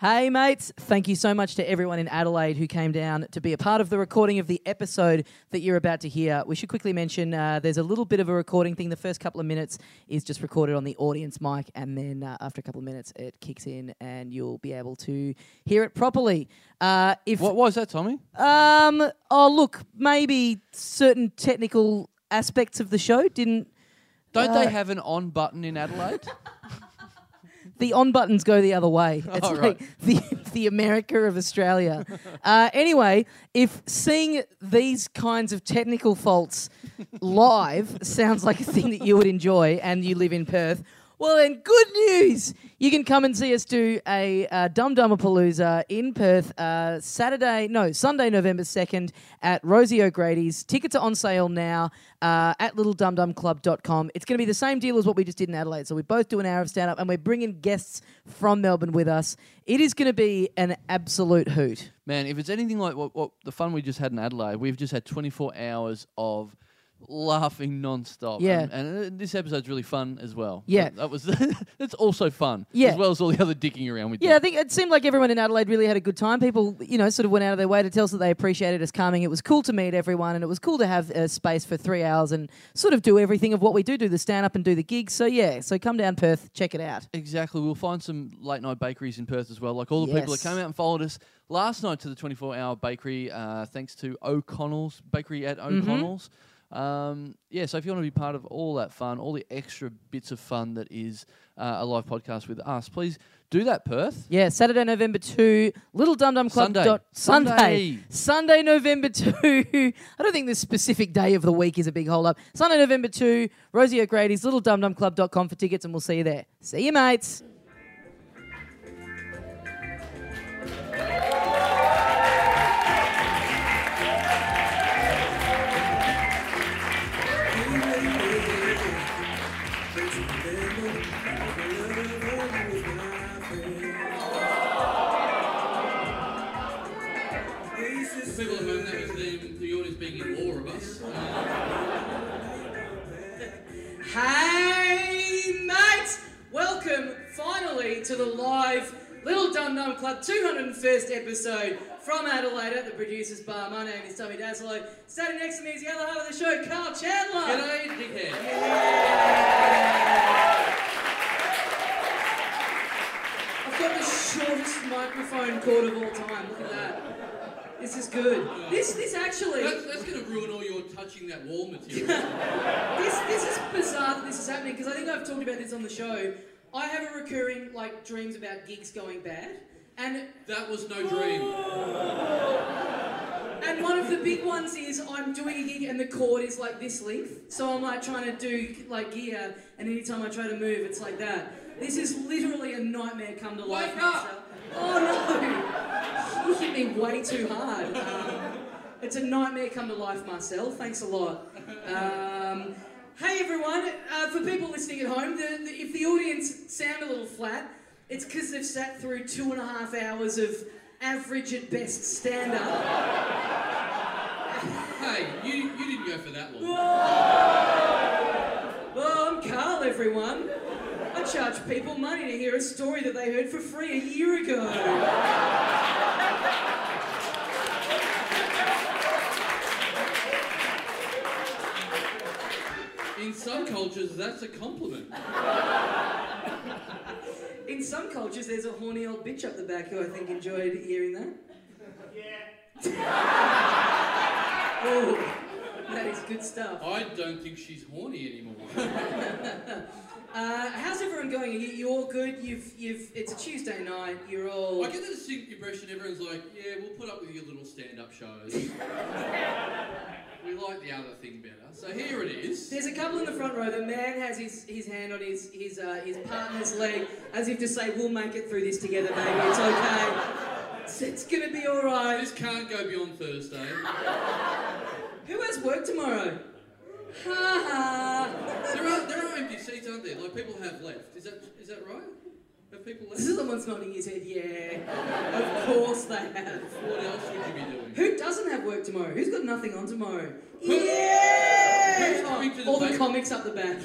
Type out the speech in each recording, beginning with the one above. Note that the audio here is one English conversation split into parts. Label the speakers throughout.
Speaker 1: Hey, mates, thank you so much to everyone in Adelaide who came down to be a part of the recording of the episode that you're about to hear. We should quickly mention uh, there's a little bit of a recording thing. The first couple of minutes is just recorded on the audience mic, and then uh, after a couple of minutes, it kicks in and you'll be able to hear it properly. Uh, if
Speaker 2: What was that, Tommy?
Speaker 1: um, oh, look, maybe certain technical aspects of the show didn't.
Speaker 2: Don't they have an on button in Adelaide?
Speaker 1: the on buttons go the other way. It's
Speaker 2: Oh,
Speaker 1: like the the America of Australia. uh, anyway, if seeing these kinds of technical faults live sounds like a thing that you would enjoy, and you live in Perth. Well then, good news! You can come and see us do a uh, Dum Dummer Palooza in Perth, uh, Saturday, no, Sunday, November second at Rosie O'Grady's. Tickets are on sale now uh, at littledumdumclub.com. It's going to be the same deal as what we just did in Adelaide. So we both do an hour of stand up and we're bringing guests from Melbourne with us. It is going to be an absolute hoot.
Speaker 2: Man, if it's anything like what, what the fun we just had in Adelaide, we've just had 24 hours of laughing non-stop.
Speaker 1: Yeah.
Speaker 2: And, and, uh, this episode's really fun as well.
Speaker 1: Yeah.
Speaker 2: That, that was that's also fun.
Speaker 1: Yeah.
Speaker 2: As well as all the other dicking around with
Speaker 1: Yeah, I think it seemed like everyone in Adelaide really had a good time. People, you know, sort of went out of their way to tell us that they appreciated us coming. It was cool to meet everyone, and it was cool to have a space for three hours and sort of do everything of what we do, do the stand up and do the gigs. So yeah, so come down Perth, check it out.
Speaker 2: Exactly. We'll find some late night bakeries in Perth as well. Like all the people that
Speaker 1: Yes.
Speaker 2: came out and followed us last night to the 24 hour bakery, uh, thanks to O'Connell's Bakery at
Speaker 1: Mm-hmm.
Speaker 2: O'Connell's. Um, yeah, so if you want to be part of all that fun, all the extra bits of fun that is uh, a live podcast with us, please do that, Perth.
Speaker 1: Yeah, Saturday, November 2, Little Dum Dum Club.
Speaker 2: Sunday.
Speaker 1: Dot, Sunday. Sunday.
Speaker 2: Sunday.
Speaker 1: November 2. I don't think this specific day of the week is a big hold up. Sunday, November 2, Rosie O'Grady's, littledumdumclub.com for tickets, and we'll see you there. See you, mates.
Speaker 3: For people at home, that was the, the audience being in awe of us.
Speaker 4: Hey, mates! Welcome finally to the live Little Dum Dum Club 201st episode from Adelaide at the Producers Bar. My name is Tommy Daslow. Standing next to me is the other half of the show, Carl Chandler.
Speaker 3: G'day, dickhead.
Speaker 4: I've got the shortest microphone cord of all time. Look at that. This is good. This, this actually.
Speaker 3: That's, that's going to ruin all your touching that wall material.
Speaker 4: This, this is bizarre that this is happening because I think I've talked about this on the show. I have a recurring like dreams about gigs going bad, and
Speaker 3: that was no dream.
Speaker 4: and one of the big ones is I'm doing a gig and the cord is like this length, so I'm like trying to do like gear, and anytime I try to move, it's like that. This is literally a nightmare come to life.
Speaker 3: Wake up!
Speaker 4: Master. Oh no! You hit me way too hard. Um, it's a nightmare come to life, Marcel. Thanks a lot. Um, hey everyone, uh, for people listening at home, the, the, if the audience sound a little flat, it's because they've sat through two and a half hours of average at best stand up.
Speaker 3: Hey, you, you didn't go for that long.
Speaker 4: Well, Oh, I'm Carl, everyone. I charge people money to hear a story that they heard for free a year ago.
Speaker 3: In some cultures, that's a compliment.
Speaker 4: In some cultures, there's a horny old bitch up the back who I think enjoyed hearing that. Yeah. oh, that is good stuff.
Speaker 3: I don't think she's horny anymore.
Speaker 4: Uh, how's everyone going? Are you, you all good? You've, you've. It's a Tuesday night. You're all.
Speaker 3: I get the distinct impression everyone's like, yeah, we'll put up with your little stand-up shows. we like the other thing better. So here it is.
Speaker 4: There's a couple in the front row. The man has his, his hand on his his uh, his partner's leg, as if to say, "We'll make it through this together, baby. It's okay. It's, it's gonna be all right."
Speaker 3: This can't go beyond Thursday.
Speaker 4: Who has work tomorrow? Ha ha.
Speaker 3: There are there are empty seats, aren't there? Like people have left. Is that is that right? Have people left?
Speaker 4: This is the one's nodding his head. Yeah, of course they have.
Speaker 3: What else would you be doing?
Speaker 4: Who doesn't have work tomorrow? Who's got nothing on tomorrow? Yeah.
Speaker 3: Who's coming to the
Speaker 4: all the
Speaker 3: baby-
Speaker 4: comics up the back.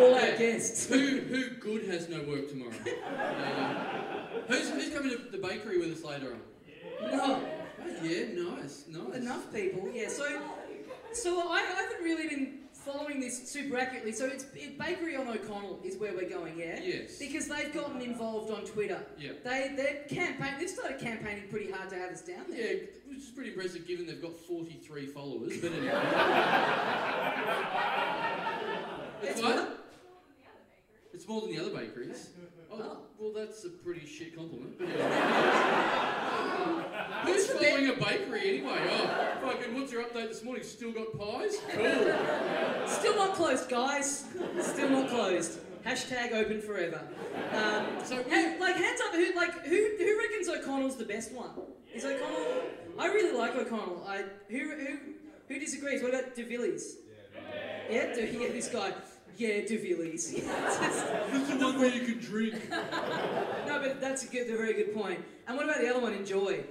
Speaker 4: All our guests.
Speaker 3: Who who good has no work tomorrow? Uh,
Speaker 2: Who's, who's coming to the bakery with us later on?
Speaker 4: No.
Speaker 2: Oh, yeah, nice, nice.
Speaker 4: Enough people, yeah. So, so I, I haven't really been following this super accurately. So it's it, Bakery on O'Connell is where we're going, yeah.
Speaker 2: Yes.
Speaker 4: Because they've gotten involved on Twitter.
Speaker 2: Yeah.
Speaker 4: They they're campaign. They've started campaigning pretty hard to have us down there.
Speaker 2: Yeah, which is pretty impressive given they've got 43 followers, but anyway.
Speaker 4: That's
Speaker 2: what?
Speaker 4: what?
Speaker 2: It's more than the other bakeries. Oh,
Speaker 4: Oh.
Speaker 2: well, that's a pretty shit compliment, but anyway. Who's following a bakery anyway? Oh, fucking, what's your update this morning? Still got pies? Cool.
Speaker 4: Still not closed, guys. Still not closed. Hashtag open forever. Um,
Speaker 2: So
Speaker 4: ha- like hands up, who like who who reckons O'Connell's the best one? Is O'Connell? I really like O'Connell. I who who who disagrees? What about De Villiers? Yeah, yeah, De- yeah this guy. Yeah, De Villiers. Just-
Speaker 2: That's the one where you can drink.
Speaker 4: no, but that's a good, a very good point. And what about the other one? Enjoy.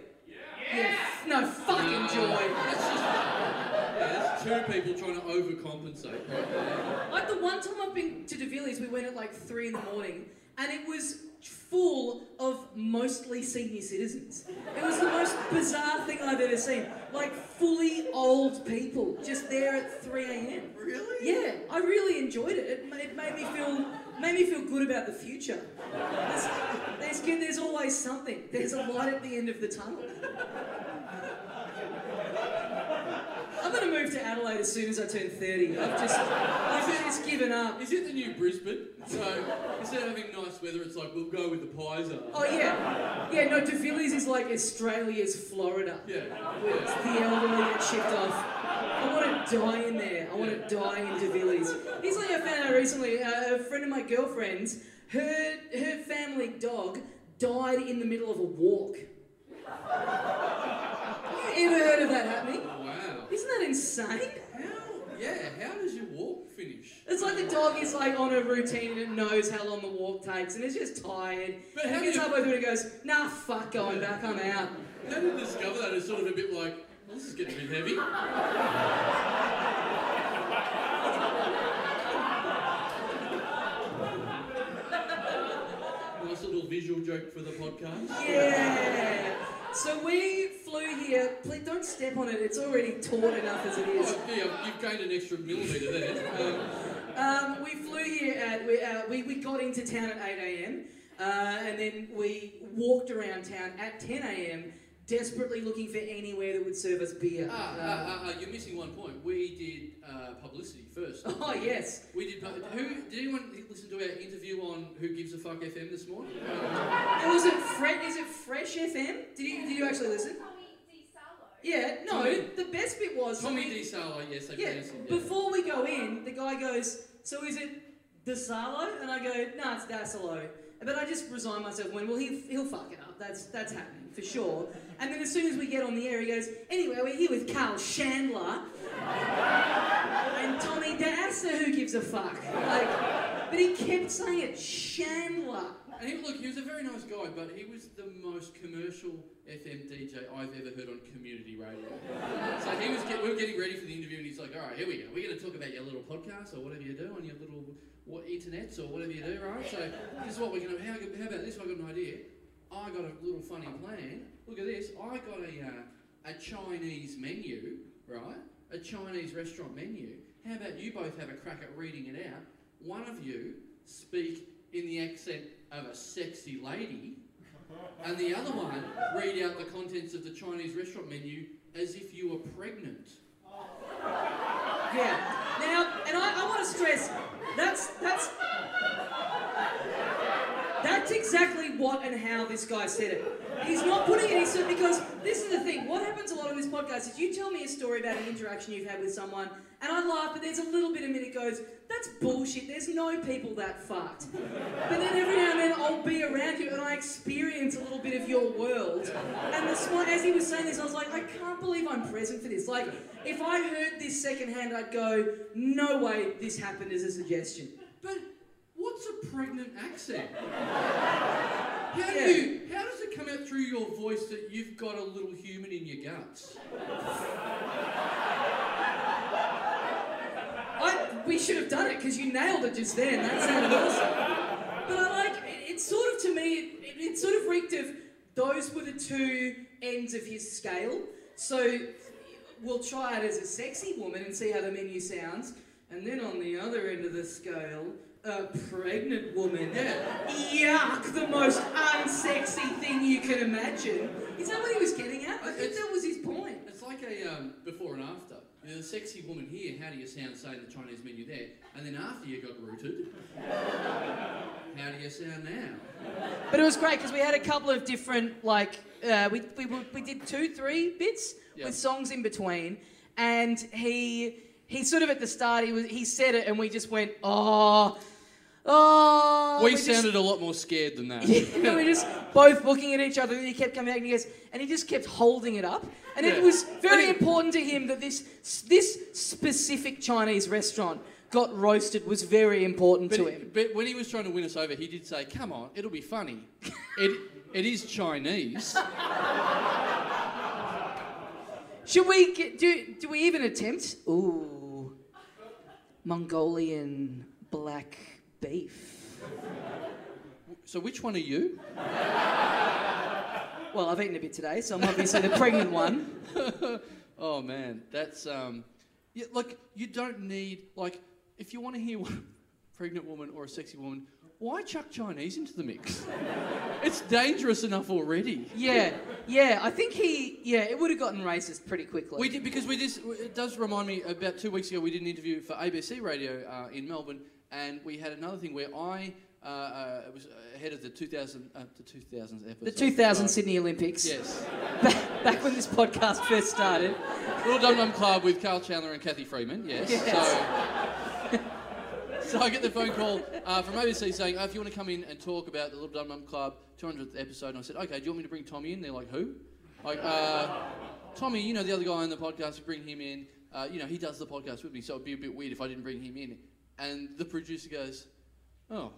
Speaker 4: Yeah. f- no, fucking joy.
Speaker 2: That's just. Yeah, that's two people trying to overcompensate. Right there.
Speaker 4: Like the one time I've been to De Villiers, we went at like three in the morning, and it was full of mostly senior citizens. It was the most bizarre thing I've ever seen. Like fully old people just there at three a.m.
Speaker 2: Really?
Speaker 4: Yeah, I really enjoyed it. It, ma- it made me feel made me feel good about the future. There's, there's, there's always something. There's a light at the end of the tunnel. I'm gonna move to Adelaide as soon as I turn 30. I've just I've just given up.
Speaker 2: Is it the new Brisbane? So instead of having nice weather, it's like we'll go with the pies are.
Speaker 4: Oh yeah, yeah. No, De Villiers is like Australia's Florida.
Speaker 2: Yeah.
Speaker 4: It's the elderly that shipped off. I want to die in there. I want to die in De Villiers. Here's something I found out recently. Uh, a friend of my girlfriend's, her her family dog died in the middle of a walk. you ever heard of that happening?
Speaker 2: Wow.
Speaker 4: Isn't that insane?
Speaker 2: How? Yeah. How does your walk finish?
Speaker 4: It's like the dog is like on a routine and it knows how long the walk takes and it's just tired.
Speaker 2: But
Speaker 4: and
Speaker 2: how
Speaker 4: it gets
Speaker 2: do you-
Speaker 4: halfway through and it goes, nah, fuck going back, I'm out.
Speaker 2: How did you discover that? It's sort of a bit like well, this is getting a bit heavy. nice little visual joke for the podcast.
Speaker 4: Yeah. So we flew here. Please don't step on it. It's already torn enough as it is.
Speaker 2: Oh, yeah, you've gained an extra millimetre there. Um,
Speaker 4: Um, we flew here at we, uh, we we got into town at eight a.m. Uh, and then we walked around town at ten a.m. desperately looking for anywhere that would serve us beer.
Speaker 2: ah,
Speaker 4: Uh,
Speaker 2: ah, ah, ah, you're missing one point. We did uh, publicity first.
Speaker 4: oh yes.
Speaker 2: We did. pu- Who did anyone listen to our interview on Who Gives a Fuck FM this morning? Um,
Speaker 4: And was it Fre- Is it Fresh FM? Did you did you actually listen? Yeah. No.
Speaker 2: Tommy-
Speaker 4: The best bit was
Speaker 2: Tommy
Speaker 4: we-
Speaker 2: DeSala, yes, I
Speaker 4: Yeah,
Speaker 2: pronounced him, yeah.
Speaker 4: before we go in, the guy goes, So is it Dasalo? And I go, No, it's Dasalo. But I just resign myself when, well, he, he'll fuck it up. That's, that's happening for sure. And then as soon as we get on the air, he goes, Anyway, we're here with Carl Chandler and Tommy Dasa, who gives a fuck? Like, but he kept saying it, Chandler.
Speaker 2: And he, look, he was a very nice guy, but he was the most commercial FM DJ I've ever heard on community radio. so he was get, we were getting ready for the interview, and he's like, "All right, here we go. We're going to talk about your little podcast or whatever you do on your little what internets or whatever you do, right? So this is what we're going to. How, how about this? I got an idea. I got a little funny plan. Look at this. I got a uh, a Chinese menu, right? A Chinese restaurant menu. How about you both have a crack at reading it out? One of you speak in the accent of a sexy lady, and the other one read out the contents of the Chinese restaurant menu as if you were pregnant.
Speaker 4: Yeah. Now, and I, I want to stress that's that's that's exactly what and how this guy said it. He's not putting it. He said because this is the thing. What happens a lot on this podcast is you tell me a story about an interaction you've had with someone, and I laugh, but there's a little bit of me that goes, "That's bullshit." There's no people that fucked. But then every now and then I'll be around you and I experience a little bit of your world. And this one, as he was saying this, I was like, I can't believe I'm present for this. Like, if I heard this secondhand, I'd go, no way this happened as a suggestion.
Speaker 2: But what's a pregnant accent? How do
Speaker 4: Yeah.
Speaker 2: you, how does it come out through your voice that you've got a little human in your guts?
Speaker 4: I, we should have done it because you nailed it just then. That sounded awesome. But I like it, it's sort of to me. It, it it sort of reeked of those were the two ends of his scale. So we'll try it as a sexy woman and see how the menu sounds. And then on the other end of the scale, a pregnant woman. Yuck, the most unsexy thing you can imagine. Is that what he was getting at? I think that was his point.
Speaker 3: It's like a um, before and after. You know, the sexy woman here, how do you sound, say, in the Chinese menu there? And then after you got rooted, how do you sound now?
Speaker 4: But it was great because we had a couple of different, like, uh, we, we, were- we did two, three bits
Speaker 3: Yeah.
Speaker 4: with songs in between. And he he sort of at the start, he, was, he said it and we just went, oh, oh.
Speaker 3: We,
Speaker 4: just-
Speaker 3: sounded a lot more scared than that.
Speaker 4: Yeah, and we were just both looking at each other, and he kept coming back, and he goes, and he just kept holding it up, and it
Speaker 3: Yeah.
Speaker 4: was very
Speaker 3: And he-
Speaker 4: important to him that this this specific Chinese restaurant got roasted was very important
Speaker 3: But,
Speaker 4: to
Speaker 3: he-
Speaker 4: him.
Speaker 3: but when he was trying to win us over, he did say, "Come on, it'll be funny. It it is Chinese."
Speaker 4: Should we get, do? Do we even attempt? Ooh, Mongolian black beef.
Speaker 3: So which one are you?
Speaker 4: Well, I've eaten a bit today, so I'm obviously the pregnant one.
Speaker 3: Oh man, that's um, yeah, like you don't need like if you want to hear what a pregnant woman or a sexy woman, why chuck Chinese into the mix? it's dangerous enough already.
Speaker 4: Yeah, yeah. I think he. Yeah, it would have gotten racist pretty quickly.
Speaker 3: We did because we just. It does remind me. About two weeks ago, we did an interview for ABC Radio uh, in Melbourne, and we had another thing where I uh, uh, was ahead of the 2000 uh, the 2000s episode.
Speaker 4: the 2000
Speaker 3: Sorry.
Speaker 4: Sydney Olympics.
Speaker 3: Yes,
Speaker 4: back, back when this podcast first started.
Speaker 3: Little Dum Dum Club with Carl Chandler and Kathy Freeman. Yes. So, so I get the phone call uh, from ABC saying, oh, "If you want to come in and talk about the Little Dum Dum Club 200th episode," and I said, "Okay, do you want me to bring Tommy in?" They're like, "Who?" Like, uh, Tommy, you know the other guy on the podcast. We bring him in. Uh, you know he does the podcast with me, so it'd be a bit weird if I didn't bring him in. And the producer goes, "Oh."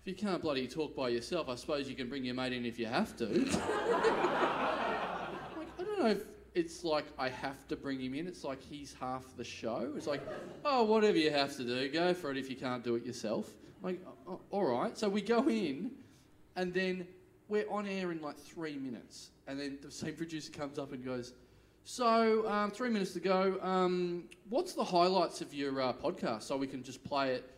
Speaker 3: If you can't bloody talk by yourself, I suppose you can bring your mate in if you have to. Like, I don't know if it's like I have to bring him in. It's like he's half the show. It's like, oh, whatever you have to do, go for it if you can't do it yourself. Like, "Oh, all right. So we go in, and then we're on air in like three minutes. And then the same producer comes up and goes, so um, three minutes to go. Um, what's the highlights of your uh, podcast? So we can just play it.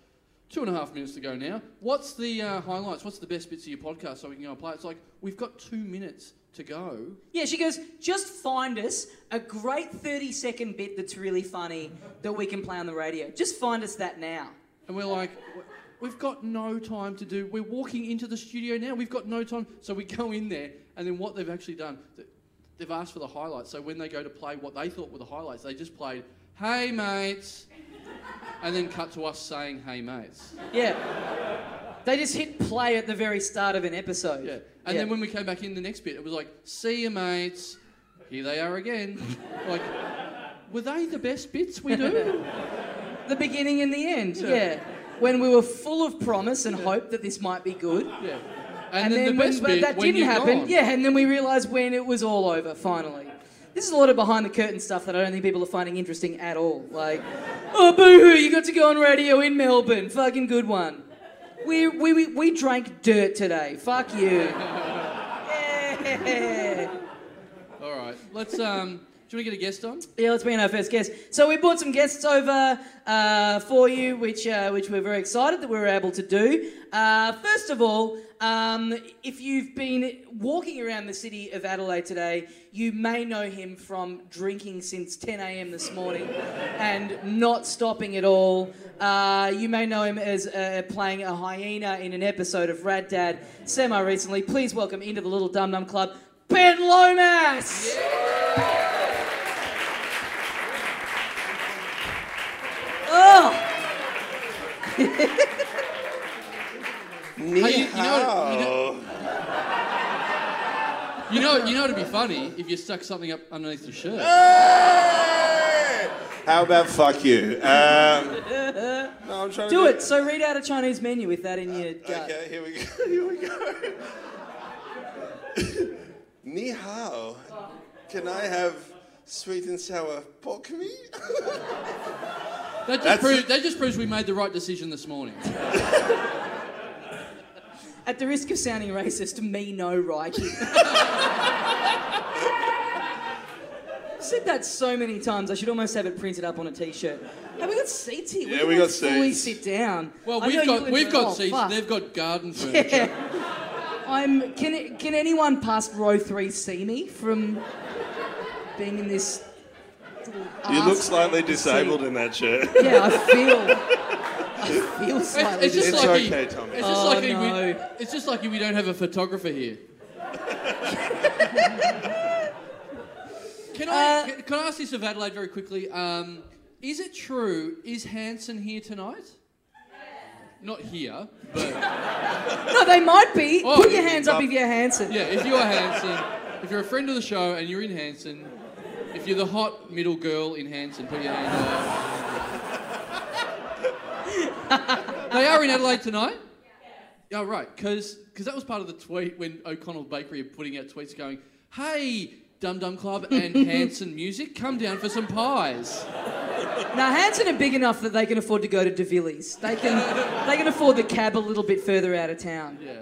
Speaker 3: Two and a half minutes to go now. What's the uh, highlights? What's the best bits of your podcast? So we can go and play. it?" It's like we've got two minutes to go.
Speaker 4: Yeah, she goes, just find us a great 30 second bit that's really funny that we can play on the radio. Just find us that now.
Speaker 3: And we're like, "W- we've got no time to do. We're walking into the studio now. We've got no time. So we go in there, and then what they've actually done, th- they've asked for the highlights. So when they go to play what they thought were the highlights, they just played, hey mates, and then cut to us saying, hey mates.
Speaker 4: Yeah. They just hit play at the very start of an episode.
Speaker 3: Yeah. And then when we came back in the next bit, it was like, see you mates, here they are again. like, were they the best bits we do?
Speaker 4: the beginning and the end, yeah.
Speaker 3: Yeah.
Speaker 4: When we were full of promise and hope that this might be good.
Speaker 3: yeah.
Speaker 4: And, then,
Speaker 3: the
Speaker 4: when,
Speaker 3: best
Speaker 4: but
Speaker 3: bit,
Speaker 4: that
Speaker 3: when
Speaker 4: didn't
Speaker 3: you're
Speaker 4: happen,
Speaker 3: gone.
Speaker 4: yeah, and then we realised when it was all over, finally. This is a lot of behind the curtain stuff that I don't think people are finding interesting at all. Like, oh, boo-hoo, you got to go on radio in Melbourne. Fucking good one. We, we, we, we drank dirt today. Fuck you. Yeah.
Speaker 3: All right. Let's, um, do you want to get a guest on?
Speaker 4: Yeah, let's bring in our first guest. So we brought some guests over uh, for you, which uh, which we're very excited that we were able to do. Uh, first of all, um, if you've been walking around the city of Adelaide today, you may know him from drinking since 10 a.m. this morning and not stopping at all. Uh, you may know him as uh, playing a hyena in an episode of Rad Dad semi recently. Please welcome into the Little Dum Dum Club, Ben Lomas. Oh,
Speaker 5: Ni
Speaker 3: Hey, you- you know- you know-
Speaker 5: hao.
Speaker 3: You know, you know, it'd be funny if you stuck something up underneath your
Speaker 4: Ah!
Speaker 3: shirt.
Speaker 5: Hey! How about fuck you? Um, no, I'm trying to
Speaker 4: do it. So read out a Chinese menu with that in your gut.
Speaker 5: Uh, Okay, here we go. Here we go. Ni hao. Can I have sweet and sour pork meat?
Speaker 3: That just,
Speaker 5: That's-
Speaker 3: proves, that just proves we made the right decision this morning.
Speaker 4: At the risk of sounding racist, me no right. I've said that so many times. I should almost have it printed up on a T-shirt. Have we got seats here?
Speaker 5: Yeah,
Speaker 4: can,
Speaker 5: we
Speaker 4: like,
Speaker 5: got
Speaker 4: Fully
Speaker 5: seats.
Speaker 4: sit down.
Speaker 3: Well,
Speaker 4: I
Speaker 3: we've
Speaker 4: know you
Speaker 3: got
Speaker 4: and
Speaker 3: we've
Speaker 4: Joe-
Speaker 3: got
Speaker 4: oh,
Speaker 3: seats.
Speaker 4: fuck.
Speaker 3: They've got garden furniture.
Speaker 4: I'm. Can it- can anyone past row three see me from being in this? little
Speaker 5: You look
Speaker 4: arse
Speaker 5: slightly
Speaker 4: seat?
Speaker 5: disabled in that shirt.
Speaker 4: Yeah, I feel. I feel
Speaker 3: It's,
Speaker 4: slightly.
Speaker 3: it's just
Speaker 5: It's
Speaker 3: like
Speaker 5: okay,
Speaker 3: he,
Speaker 5: Tommy.
Speaker 3: It's just
Speaker 4: Oh,
Speaker 3: like he- we,
Speaker 4: no.
Speaker 3: it's just like we don't have a photographer here. can I
Speaker 4: Uh,
Speaker 3: can, can I ask this of Adelaide very quickly? Um, is it true? Is Hanson here tonight? Not here, but
Speaker 4: no, they might be.
Speaker 3: Oh,
Speaker 4: Put your hands up
Speaker 5: um,
Speaker 4: if you're handsome.
Speaker 3: yeah. If you're Hanson, if you're a friend of the show and you're in Hanson, if you're the hot middle girl in Hanson, put your hand up. they are in Adelaide tonight. Yeah, right. Because that was part of the tweet when O'Connell Bakery are putting out tweets going, "Hey, Dum Dum Club and Hanson Music, come down for some pies."
Speaker 4: Now Hanson are big enough that they can afford to go to De Villiers. They can they can afford the cab a little bit further out of town.
Speaker 3: Yeah.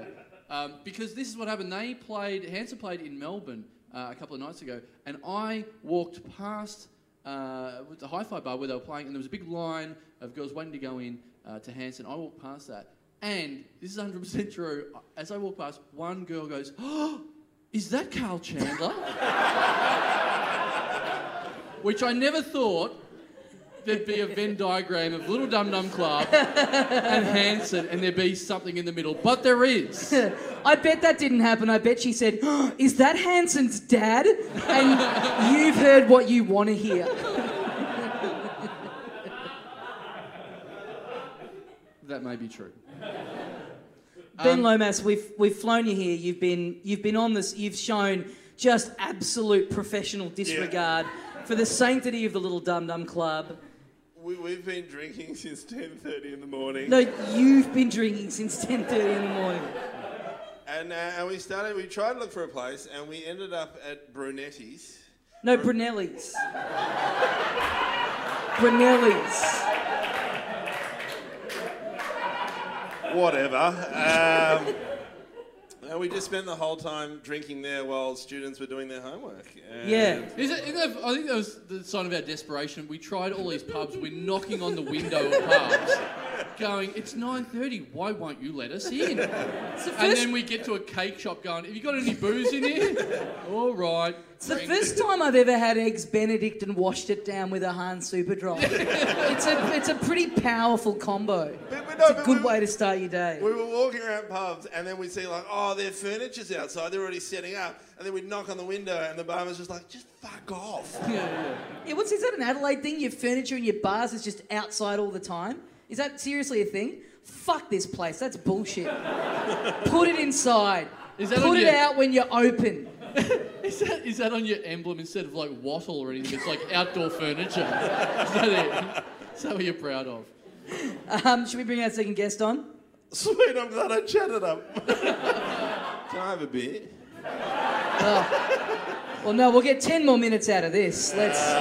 Speaker 3: Um, because this is what happened. They played, Hanson played in Melbourne uh, a couple of nights ago, and I walked past uh, with the hi fi bar where they were playing, and there was a big line of girls waiting to go in uh, to Hanson. I walked past that, and this is 100% true. As I walked past, one girl goes, Oh, is that Carl Chandler? Which I never thought there'd be a Venn diagram of Little Dum Dum Club and Hanson, and there'd be something in the middle. But there is.
Speaker 4: I bet that didn't happen. I bet she said, "Oh, "Is that Hanson's dad?" And you've heard what you want to hear.
Speaker 3: That may be true.
Speaker 4: ben Lomas, we've we've flown you here. You've been you've been on this. You've shown just absolute professional disregard for the sanctity of the Little Dum Dum Club.
Speaker 5: We, we've been drinking since 10.30 in the morning.
Speaker 4: No, you've been drinking since 10:30 in the morning.
Speaker 5: And, uh, and we started, we tried to look for a place, and we ended up at Brunetti's.
Speaker 4: No, Brunelli's. Brunelli's.
Speaker 5: Whatever. Um, and we just spent the whole time drinking there while students were doing their homework. And
Speaker 4: Yeah.
Speaker 3: Is it, isn't that, I think that was the sign of our desperation. We tried all these pubs. We're knocking on the window of pubs, going, "It's 9:30. Why won't you let us in?"
Speaker 4: It's the
Speaker 3: And
Speaker 4: first,
Speaker 3: then we get to a cake shop, going, "Have you got any booze in here?" all right.
Speaker 4: it's the
Speaker 3: drink."
Speaker 4: first time I've ever had eggs Benedict and washed it down with a Han Super Dry. it's a it's a pretty powerful combo.
Speaker 5: But, but no,
Speaker 4: It's a
Speaker 5: but
Speaker 4: good
Speaker 5: we,
Speaker 4: way to start your day.
Speaker 5: We were walking around pubs, and then we'd see, like, oh, their furniture's outside. They're already setting up. And then we'd knock on the window, and the barman's just like, just fuck off.
Speaker 4: Yeah, what's is that an Adelaide thing? Your furniture and your bars is just outside all the time? Is that seriously a thing? Fuck this place. That's bullshit. Put it inside.
Speaker 3: Is that
Speaker 4: Put
Speaker 3: on
Speaker 4: it
Speaker 3: your-
Speaker 4: out when you're open.
Speaker 3: Is that, is that on your emblem instead of like wattle or anything? It's like outdoor furniture. Is that it? Is that what you're proud of?
Speaker 4: Um, should we bring our second guest on?
Speaker 5: Sweet, I'm glad I chatted up. Can I have a beer?
Speaker 4: Well, no, we'll get ten more minutes out of this. Let's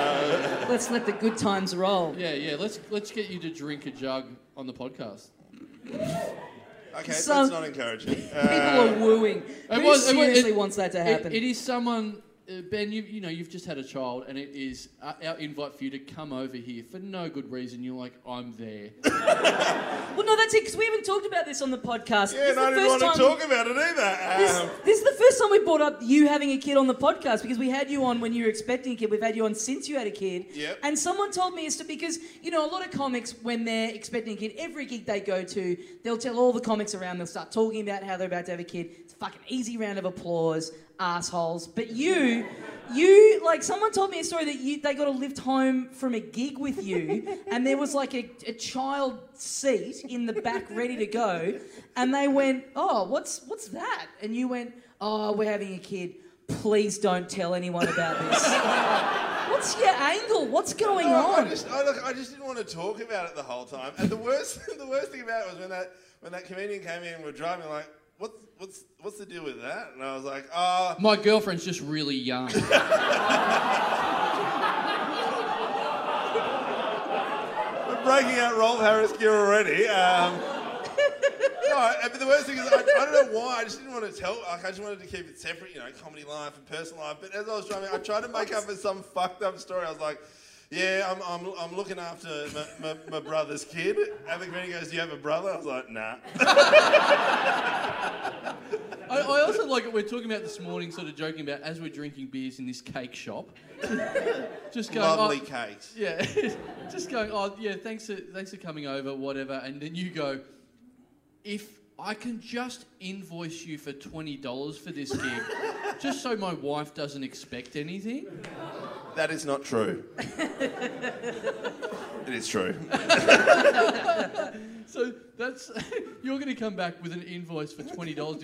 Speaker 4: let's let the good times roll.
Speaker 3: Yeah, yeah. Let's let's get you to drink a jug on the podcast.
Speaker 5: Okay,
Speaker 4: Some-
Speaker 5: that's not encouraging.
Speaker 4: People are wooing.
Speaker 3: It
Speaker 4: Who
Speaker 3: was- it was-
Speaker 4: seriously
Speaker 3: it-
Speaker 4: wants that to
Speaker 3: It-
Speaker 4: happen?
Speaker 3: it is someone, uh, Ben. You you know you've just had a child, and it is uh, our invite for you to come over here for no good reason. You're like, I'm there.
Speaker 4: well, no, that's it because we haven't talked about this on the podcast.
Speaker 5: Yeah,
Speaker 4: This is
Speaker 5: and I
Speaker 4: the
Speaker 5: didn't
Speaker 4: first
Speaker 5: want to
Speaker 4: time-
Speaker 5: talk about it either.
Speaker 4: This,
Speaker 5: Um,
Speaker 4: this is the first time we brought up you having a kid on the podcast because we had you on when you were expecting a kid. We've had you on since you had a kid.
Speaker 5: Yep.
Speaker 4: And someone told me it's to because you know a lot of comics when they're expecting a kid, every gig they go to, they'll tell all the comics around. They'll start talking about how they're about to have a kid. It's a fucking easy round of applause, assholes. But you, you like someone told me a story that you they got a lift home from a gig with you, and there was like a, a child seat in the back ready to go, and they went, "Oh, what's what's that?" And you went, "Oh, we're having a kid." Please don't tell anyone about this. What's your angle? What's going
Speaker 5: No, I
Speaker 4: on?
Speaker 5: just, I, look, I just didn't want to talk about it the whole time. And the worst, the worst thing about it was when that when that comedian came in, we were driving like, what's what's what's the deal with that? And I was like, ah,
Speaker 3: My girlfriend's just really young.
Speaker 5: we're breaking out Rolf Harris gear already. Um, No, and- but the worst thing is, I, I don't know why. I just didn't want to tell. Like, I just wanted to keep it separate, you know, comedy life and personal life. But as I was driving, I tried to make up for some fucked up story. I was like, yeah, I'm, I'm, I'm looking after my, my, my brother's kid. And the comedian goes, do you have a brother? I was like, nah.
Speaker 2: I, I also like it. We're talking about this morning, sort of joking about as we're drinking beers in this cake shop. just going,
Speaker 5: Lovely
Speaker 2: oh,
Speaker 5: cakes.
Speaker 2: yeah, just going. Oh, yeah. Thanks for thanks for coming over, whatever. And then you go, if I can just invoice you for twenty dollars for this gig, just so my wife doesn't expect anything.
Speaker 5: That is not true. it is true.
Speaker 2: So that's you're going to come back with an invoice for twenty dollars.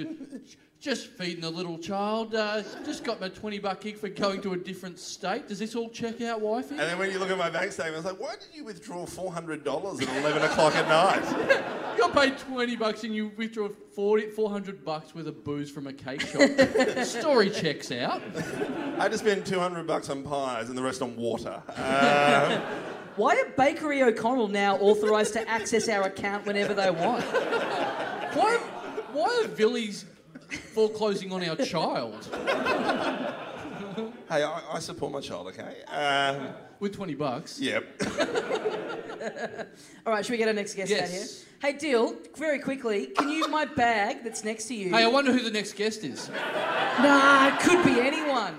Speaker 2: Just feeding the little child. Uh, just got my twenty buck gig for going to a different state. Does this all check out, wifey?
Speaker 5: And then when you look at my bank statement, it's like, why did you withdraw $400 at 11 o'clock at night?
Speaker 2: You got paid twenty bucks and you withdraw 40, 400 bucks worth of booze from a cake shop. Story checks out.
Speaker 5: I just spent 200 bucks on pies and the rest on water.
Speaker 4: Why are Bakery O'Connell now authorised to access our account whenever they want?
Speaker 2: Why? Why are Villies foreclosing on our child
Speaker 5: Hey, I, I support my child, okay? Um,
Speaker 2: with twenty bucks?
Speaker 5: yep.
Speaker 4: All right, should we get our next guest out here?
Speaker 2: Yes.
Speaker 4: Hey, Dill, very quickly, can you my bag that's next to you?
Speaker 2: Hey, I wonder who the next guest is.
Speaker 4: Nah, it could be anyone.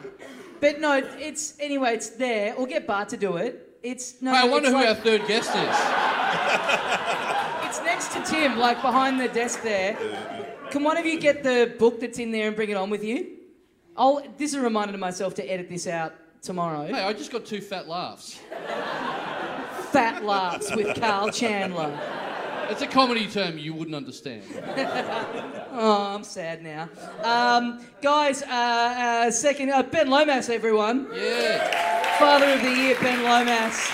Speaker 4: But no, it's anyway, it's there. Or get Bart to do it. It's no.
Speaker 2: Hey, I wonder
Speaker 4: it's
Speaker 2: who our
Speaker 4: like,
Speaker 2: third guest is.
Speaker 4: It's next to Tim, like behind the desk there. Can one of you get the book that's in there and bring it on with you? I'll. This is a reminder to myself to edit this out tomorrow.
Speaker 2: Hey, I just got two fat laughs.
Speaker 4: Fat laughs with Carl Chandler.
Speaker 2: It's a comedy term you wouldn't understand.
Speaker 4: Oh, I'm sad now. Um, guys, uh, uh, second, uh, Ben Lomas, everyone.
Speaker 2: Yeah.
Speaker 4: Father of the Year, Ben Lomas.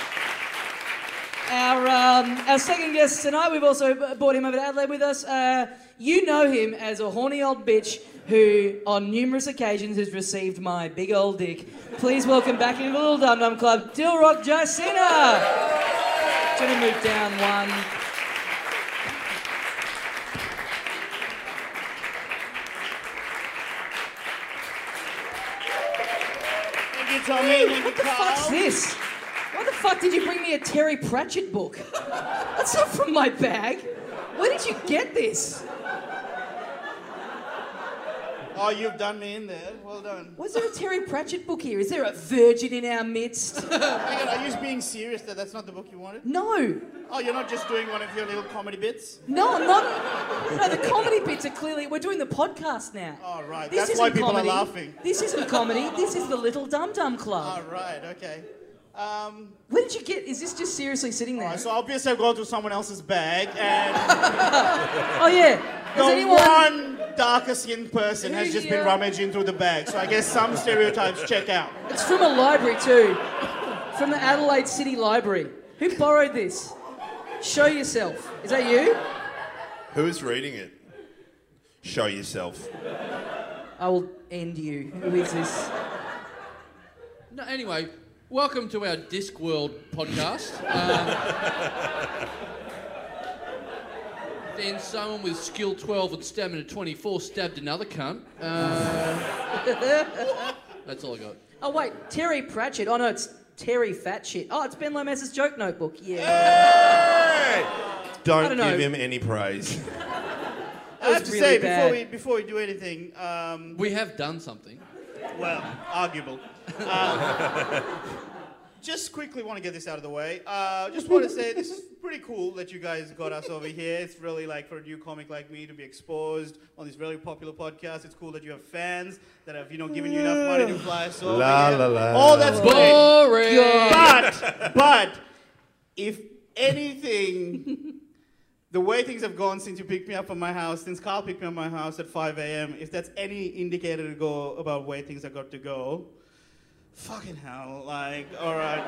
Speaker 4: Our, um, our second guest tonight, we've also b- brought him over to Adelaide with us. Uh, you know him as a horny old bitch who, on numerous occasions, has received my big old dick. Please welcome back into the Little Dum Dum Club, Dilrock Jacina. Trying to move down one.
Speaker 6: Thank you, Tommy. Thank you,
Speaker 4: What the fuck's
Speaker 6: Carl.
Speaker 4: this? Why the fuck did you bring me a Terry Pratchett book? That's not from my bag. Where did you get this?
Speaker 6: Oh, you've done me in there. Well done.
Speaker 4: Was there a Terry Pratchett book here? Is there a virgin in our midst?
Speaker 6: Hang on, are you just being serious that that's not the book you wanted?
Speaker 4: No.
Speaker 6: Oh, you're not just doing one of your little comedy bits?
Speaker 4: No, I'm not. No, the comedy bits are clearly. We're doing the podcast now.
Speaker 6: Oh, right.
Speaker 4: This
Speaker 6: That's why
Speaker 4: isn't
Speaker 6: people are
Speaker 4: comedy.
Speaker 6: laughing.
Speaker 4: This isn't comedy. This is the Little Dum Dum Club.
Speaker 6: Oh, right, okay. Um,
Speaker 4: Where did you get? Is this just seriously sitting there?
Speaker 6: alright, so obviously I've gone to someone else's bag and
Speaker 4: Oh yeah. Does
Speaker 6: the
Speaker 4: anyone? uh,
Speaker 6: one darker skinned person has
Speaker 4: Who
Speaker 6: just
Speaker 4: here-
Speaker 6: been rummaging through the bag. So I guess some stereotypes check out.
Speaker 4: It's from a library too, from the Adelaide City Library. Who borrowed this? Show yourself. Is that you?
Speaker 5: Who is reading it? Show yourself.
Speaker 4: I will end you. Who is this?
Speaker 2: No, anyway, welcome to our Discworld podcast. Um, then someone with skill 12 and stamina 24 stabbed another cunt. Uh, that's all I got.
Speaker 4: Oh wait, Terry Pratchett. Oh no, it's Terry Fat Shit. Oh, it's Ben Lomas's joke notebook. Yeah.
Speaker 5: Hey!
Speaker 4: I
Speaker 5: Don't
Speaker 4: don't know.
Speaker 5: give him any praise.
Speaker 6: I have
Speaker 4: was
Speaker 6: to
Speaker 4: really
Speaker 6: say,
Speaker 4: bad.
Speaker 6: before we, before we do anything, um,
Speaker 2: We have done something.
Speaker 6: Well, arguable. Um, just quickly want to get this out of the way. Uh, just want to say this is pretty cool that you guys got us over here. It's really like for a new comic like me to be exposed on this really popular podcast. It's cool that you have fans that have you know given you enough money to fly us over.
Speaker 5: La,
Speaker 6: here.
Speaker 5: la, la.
Speaker 6: All Oh, that's great.
Speaker 2: Boring!
Speaker 6: But but if anything. The way things have gone since you picked me up from my house, since Carl picked me up from my house at 5 a.m., if that's any indicator to go about where things are got to go, fucking hell, like, all right,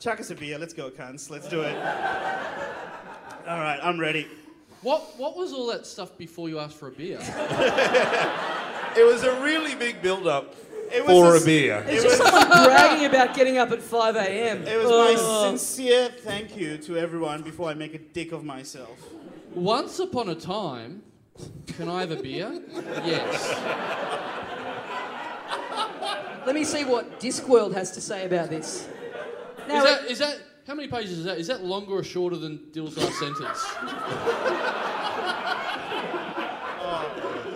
Speaker 6: chuck us a beer, let's go, cunts, let's do it. All right, I'm ready.
Speaker 2: What, what was all that stuff before you asked for a beer?
Speaker 5: It was a really big build up
Speaker 6: It was
Speaker 5: for
Speaker 6: a
Speaker 5: a
Speaker 6: s-
Speaker 5: beer.
Speaker 4: It's just someone bragging about getting up at 5 a.m.
Speaker 6: It was
Speaker 4: Oh.
Speaker 6: my sincere thank you to everyone before I make a dick of myself.
Speaker 3: Once upon a time, can I have a beer? Yes.
Speaker 4: Let me see what Discworld has to say about this.
Speaker 3: Is
Speaker 4: Now,
Speaker 3: that, is that how many pages is that? Is that longer or shorter than Dill's last sentence?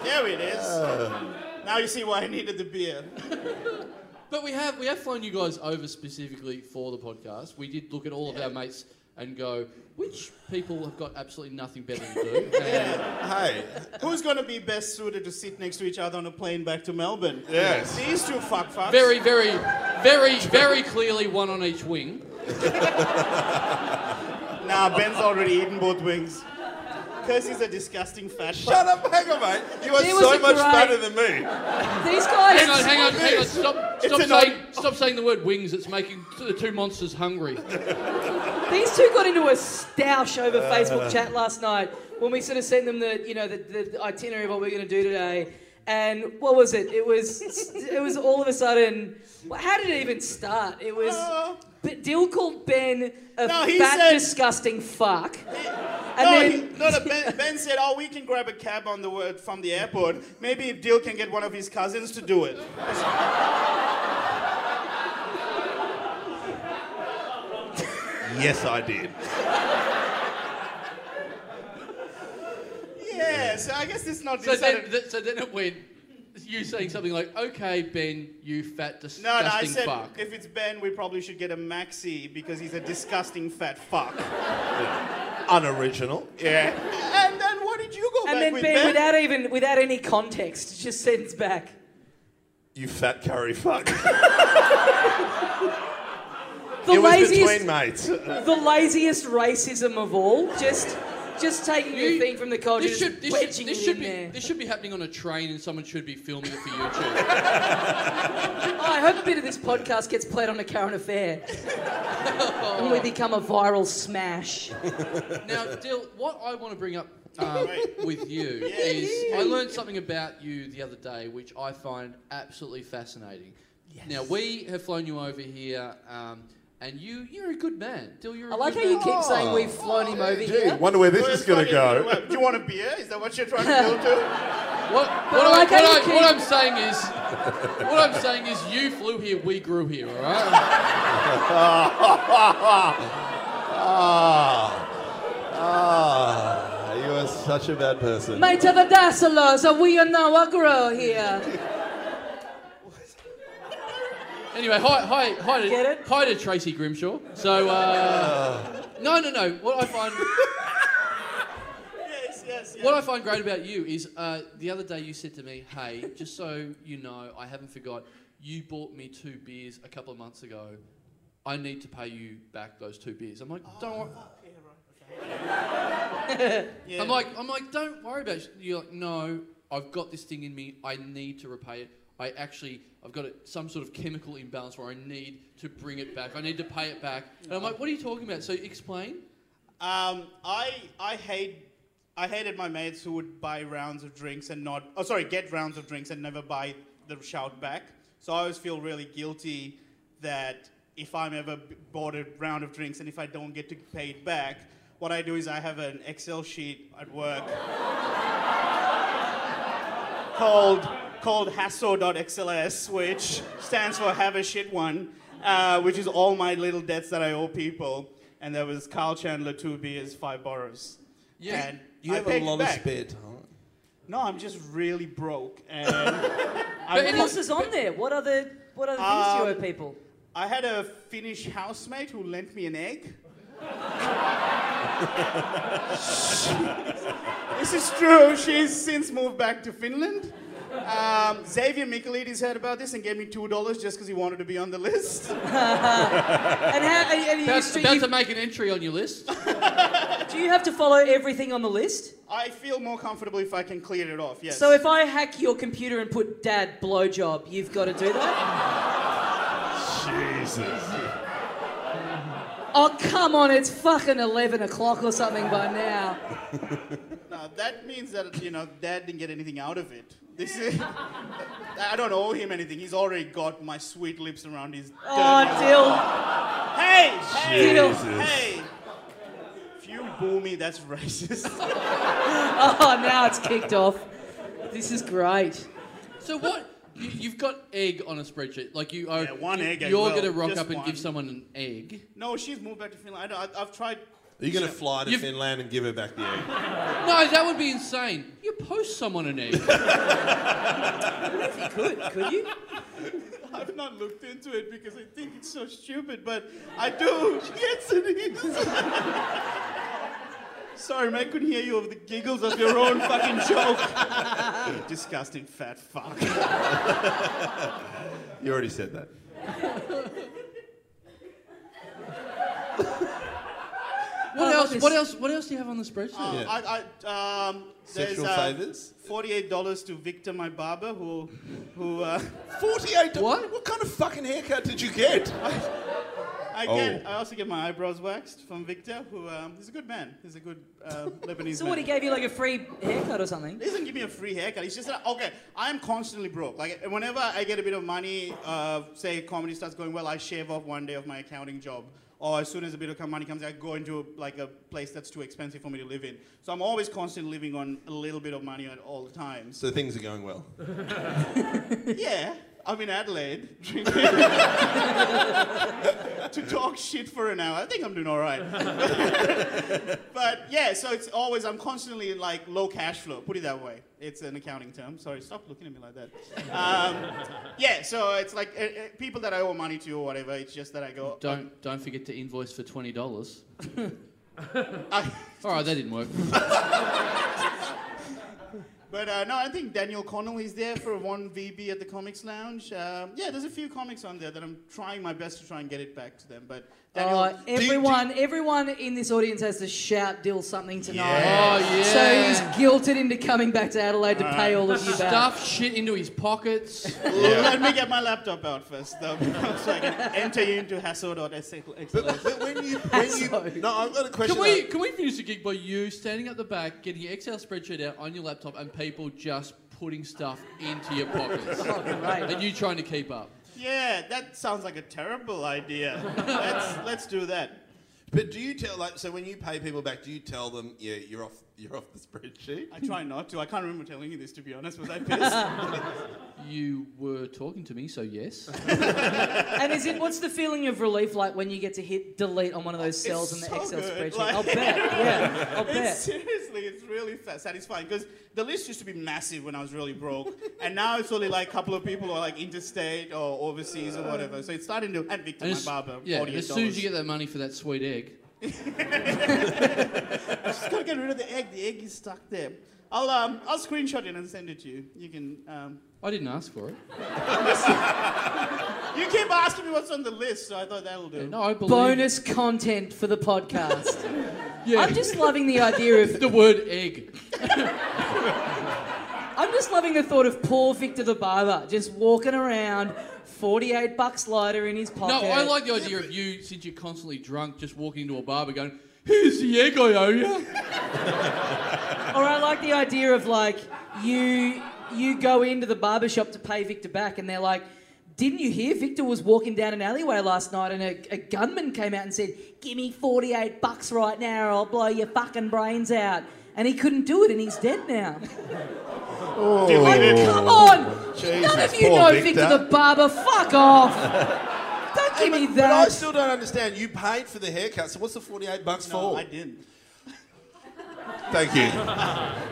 Speaker 6: There it is. Now you see why I needed the beer.
Speaker 3: But we have we have flown you guys over specifically for the podcast. We did look at all of our mates and go, which people have got absolutely nothing better to do? And
Speaker 5: Hey,
Speaker 6: Who's going to be best suited to sit next to each other on a plane back to Melbourne?
Speaker 5: Yes.
Speaker 6: These two fuck fucks.
Speaker 3: very, very, very, very clearly one on each wing.
Speaker 6: Nah, Ben's already eaten both wings. Because he's a disgusting fat fuck.
Speaker 5: shut up, hang on, mate. You are
Speaker 4: There was
Speaker 5: so
Speaker 4: a
Speaker 5: much
Speaker 4: great-
Speaker 5: fatter than me.
Speaker 4: these guys.
Speaker 3: Hang on, hang on, hang on.
Speaker 5: It's-
Speaker 3: Stop,
Speaker 6: it's
Speaker 3: stop
Speaker 6: an
Speaker 3: saying,
Speaker 6: odd-
Speaker 3: stop saying the word wings. It's making t- the two monsters hungry.
Speaker 4: These two got into a stoush over
Speaker 6: Uh.
Speaker 4: Facebook chat last night when we sort of sent them the, you know, the, the itinerary of what we're going to do today. And what was it? It was, it was all of a sudden. well, How did it even start? It was.
Speaker 6: Uh.
Speaker 4: But Dill called Ben a
Speaker 6: No, he
Speaker 4: fat,
Speaker 6: said-
Speaker 4: disgusting fuck. And
Speaker 6: No,
Speaker 4: then
Speaker 6: he, no, no ben, ben said, oh, we can grab a cab on the word from the airport. Maybe Dill can get one of his cousins to do it.
Speaker 5: Yes, I did.
Speaker 6: Yeah, so I guess it's not
Speaker 3: So then,
Speaker 6: decided.
Speaker 3: th- so then it went. You saying something like, "Okay, Ben, you fat disgusting
Speaker 6: no, no, I said
Speaker 3: fuck."
Speaker 6: if it's Ben, we probably should get a maxi because he's a disgusting fat fuck.
Speaker 5: Unoriginal.
Speaker 6: Yeah. And then what did you go
Speaker 4: and
Speaker 6: back
Speaker 4: then
Speaker 6: with,
Speaker 4: Ben, without even without any context, just sends back.
Speaker 5: You fat curry fuck.
Speaker 4: The
Speaker 5: it was
Speaker 4: laziest,
Speaker 5: between mates.
Speaker 4: the laziest racism of all. Just, just taking the
Speaker 3: You-
Speaker 4: thing from the culture,
Speaker 3: This should,
Speaker 4: just
Speaker 3: this,
Speaker 4: wedging
Speaker 3: should, this,
Speaker 4: it
Speaker 3: should
Speaker 4: in
Speaker 3: be,
Speaker 4: there.
Speaker 3: this should be happening on a train and someone should be filming it for YouTube.
Speaker 4: Oh, I hope a bit of this podcast gets played on a current affair. and we become a viral smash.
Speaker 3: now, Dill, what I want to bring up um,
Speaker 6: Right.
Speaker 3: with you is I learned something about you the other day which I find absolutely fascinating. Now, we have flown you over here um, and you, you're a good man. Dill, you're a
Speaker 4: I like how
Speaker 3: good
Speaker 4: you
Speaker 3: man.
Speaker 4: keep saying we've flown him over here.
Speaker 5: Wonder where this
Speaker 6: Well,
Speaker 5: is
Speaker 6: it's
Speaker 5: going
Speaker 6: not
Speaker 5: to
Speaker 6: even-
Speaker 5: go.
Speaker 6: well, Do you want a beer? Is that what you're trying to go to?
Speaker 3: What,
Speaker 4: I
Speaker 3: what, I,
Speaker 4: like how
Speaker 3: what, I,
Speaker 4: you
Speaker 3: what
Speaker 4: keep-
Speaker 3: I'm saying is, what I'm saying is, you flew here, we grew here, all right?
Speaker 5: Ah. Ah. You are such a bad person.
Speaker 4: Mate of the Dacilos, are we on our grow here?
Speaker 3: Anyway, hi, hi, hi, to,
Speaker 4: Get it?
Speaker 3: hi to Tracy Grimshaw. So, uh, no, no, no. What I find,
Speaker 6: Yes, yes, yes.
Speaker 3: what I find great about you is, uh, the other day you said to me, "Hey, just so you know, I haven't forgot. You bought me two beers a couple of months ago. I need to pay you back those two beers." I'm like, "Don't worry."
Speaker 6: Yeah.
Speaker 3: I'm like, I'm like, don't worry about it. You're like, no, I've got this thing in me. I need to repay it. I actually, I've got a, some sort of chemical imbalance where I need to bring it back. I need to pay it back. And I'm like, what are you talking about? So explain.
Speaker 6: Um, I I hate I hated my mates who would buy rounds of drinks and not oh sorry get rounds of drinks and never buy the shout back. So I always feel really guilty that if I'm ever b- bought a round of drinks and if I don't get to pay it back, what I do is I have an Excel sheet at work called called hasso.xls, which stands for have a shit one, uh, which is all my little debts that I owe people. And there was Carl Chandler, two beers, five borrows.
Speaker 3: Yeah,
Speaker 6: and I paid back.
Speaker 5: time.
Speaker 6: No, I'm just really broke. And
Speaker 3: But
Speaker 4: What
Speaker 3: it
Speaker 4: else
Speaker 3: is,
Speaker 4: is on there? What other what other things do
Speaker 6: Um,
Speaker 4: you owe people?
Speaker 6: I had a Finnish housemate who lent me an egg. this is true. She's since moved back to Finland. Um, Xavier Michaelides heard about this and gave me two dollars just because he wanted to be on the list.
Speaker 4: And how and, and you
Speaker 3: about,
Speaker 4: used to-
Speaker 3: about
Speaker 4: you-
Speaker 3: to make an entry on your list.
Speaker 4: do you have to follow everything on the list?
Speaker 6: I feel more comfortable if I can clear it off. Yes.
Speaker 4: So if I hack your computer and put dad blowjob, you've got to do that?
Speaker 5: Jesus.
Speaker 4: Oh come on, it's fucking eleven o'clock or something by now.
Speaker 6: No, Uh, that means that you know Dad didn't get anything out of it. This is. I don't owe him anything. He's already got my sweet lips around his.
Speaker 4: Oh
Speaker 6: dirty-
Speaker 4: Dill.
Speaker 6: Hey! Hey!
Speaker 5: Jesus.
Speaker 6: Hey! If you boo me, that's racist.
Speaker 4: Oh, now it's kicked off. This is great.
Speaker 3: So what? You, you've got egg on a spreadsheet. Like you are.
Speaker 6: Yeah, one
Speaker 3: you-
Speaker 6: egg as
Speaker 3: You're
Speaker 6: well,
Speaker 3: gonna rock
Speaker 6: just
Speaker 3: up and
Speaker 6: one.
Speaker 3: give someone an egg.
Speaker 6: no, she's moved back to Finland. I don't, I, I've tried.
Speaker 5: Are you going to fly to
Speaker 3: You've-
Speaker 5: Finland and give her back the egg?
Speaker 3: No, that would be insane. You post someone an egg.
Speaker 4: Could, could you?
Speaker 6: I've not looked into it because I think it's so stupid, but I do. Yes, it is. Sorry, man, I couldn't hear you over the giggles of your own fucking joke. Disgusting fat fuck.
Speaker 5: You already said that.
Speaker 3: What
Speaker 4: Oh,
Speaker 3: else?
Speaker 4: this-
Speaker 3: What else? What else do you have on the spreadsheet?
Speaker 5: Yeah.
Speaker 6: I, I, um, there's,
Speaker 5: Sexual
Speaker 6: uh,
Speaker 5: favors?
Speaker 6: Forty-eight dollars to Victor, my barber, who, who uh,
Speaker 5: Forty-eight.
Speaker 3: What?
Speaker 5: What kind of fucking haircut did you get?
Speaker 6: I
Speaker 5: Oh.
Speaker 6: get. I also get my eyebrows waxed from Victor, who um, he's a good man. He's a good uh, Lebanese
Speaker 4: So
Speaker 6: man.
Speaker 4: what, he gave you like a free haircut or something?
Speaker 6: He doesn't give me a free haircut. He's just like, okay, I'm constantly broke. Like, whenever I get a bit of money, uh, say comedy starts going well, I shave off one day of my accounting job. Or as soon as a bit of money comes, I go into like a place that's too expensive for me to live in. So I'm always constantly living on a little bit of money at all the times.
Speaker 5: So things are going well.
Speaker 6: yeah, I'm in Adelaide drinking to talk shit for an hour. I think I'm doing all right. but yeah, so it's always I'm constantly in like low cash flow. Put it that way. It's an accounting term. Sorry, stop looking at me like that. Um, yeah, so it's like uh, uh, people that I owe money to or whatever. It's just that I go.
Speaker 3: Don't don't forget to invoice for twenty dollars.
Speaker 6: I-
Speaker 3: All right, that didn't work.
Speaker 6: But uh, no, I think Daniel Connell is there for one VB at the Comics Lounge. Um, yeah, there's a few comics on there that I'm trying my best to try and get it back to them. But Daniel,
Speaker 4: Oh, everyone, everyone in this audience has to shout Dill something tonight.
Speaker 3: Oh yeah.
Speaker 4: So he's guilted into coming back to Adelaide to pay all of you back.
Speaker 3: stuff shit into his pockets.
Speaker 6: Let me get my laptop out first, though, so I can enter you into hassle.xl.
Speaker 5: But, but when you when you no, I've got a question.
Speaker 3: Can we can we finish the gig by you standing at the back, getting your Excel spreadsheet out on your laptop, and people just putting stuff into your pockets, and you trying to keep up?
Speaker 6: Yeah, that sounds like a terrible idea. let's, let's do that.
Speaker 5: But do you tell like so when you pay people back? Do you tell them yeah you're off you're off the spreadsheet?
Speaker 6: I try not to. I can't remember telling you this, to be honest. Was I pissed?
Speaker 3: You were talking to me, so yes.
Speaker 4: And is it what's the feeling of relief like when you get to hit delete on one of those cells in the
Speaker 6: so
Speaker 4: Excel
Speaker 6: good,
Speaker 4: spreadsheet?
Speaker 6: like-
Speaker 4: I'll bet. Yeah, I'll
Speaker 6: it's,
Speaker 4: bet.
Speaker 6: seriously, it's really sa- satisfying because the list used to be massive when I was really broke, and now it's only like a couple of people who are like interstate or overseas or whatever. So it's starting to. And Victor,
Speaker 3: And
Speaker 6: my
Speaker 3: as-
Speaker 6: barber,
Speaker 3: yeah,
Speaker 6: $48.
Speaker 3: as soon as you get that money for that sweet egg,
Speaker 6: Just gotta get rid of the egg. The egg is stuck there. I'll um, I'll screenshot it and send it to you. You can um,
Speaker 3: I didn't ask for it.
Speaker 6: you keep asking me what's on the list, so I thought that'll do.
Speaker 3: No, I believe.
Speaker 4: Bonus content for the podcast.
Speaker 3: Yeah.
Speaker 4: I'm just loving the idea of.
Speaker 3: the word egg.
Speaker 4: I'm just loving the thought of poor Victor the barber just walking around, 48 bucks lighter in his
Speaker 3: No,
Speaker 4: pocket.
Speaker 3: I like the idea of you, since you're constantly drunk, just walking into a barber going, "Here's the egg I owe you."
Speaker 4: Or I like the idea of like you you go into the barber shop to pay Victor back, and they're like, "Didn't you hear Victor was walking down an alleyway last night, and a, a gunman came out and said, "Give me forty-eight bucks right now, or I'll blow your fucking brains out." And he couldn't do it, and he's dead now. Like, come on!
Speaker 5: Jesus,
Speaker 4: None of you
Speaker 5: poor
Speaker 4: know
Speaker 5: Victor.
Speaker 4: Victor. the barber. Fuck off! Don't give me
Speaker 5: but, but I
Speaker 4: that.
Speaker 5: still don't understand. You paid for the haircut, so what's the forty-eight bucks
Speaker 6: No,
Speaker 5: for?
Speaker 6: I didn't.
Speaker 5: Thank you.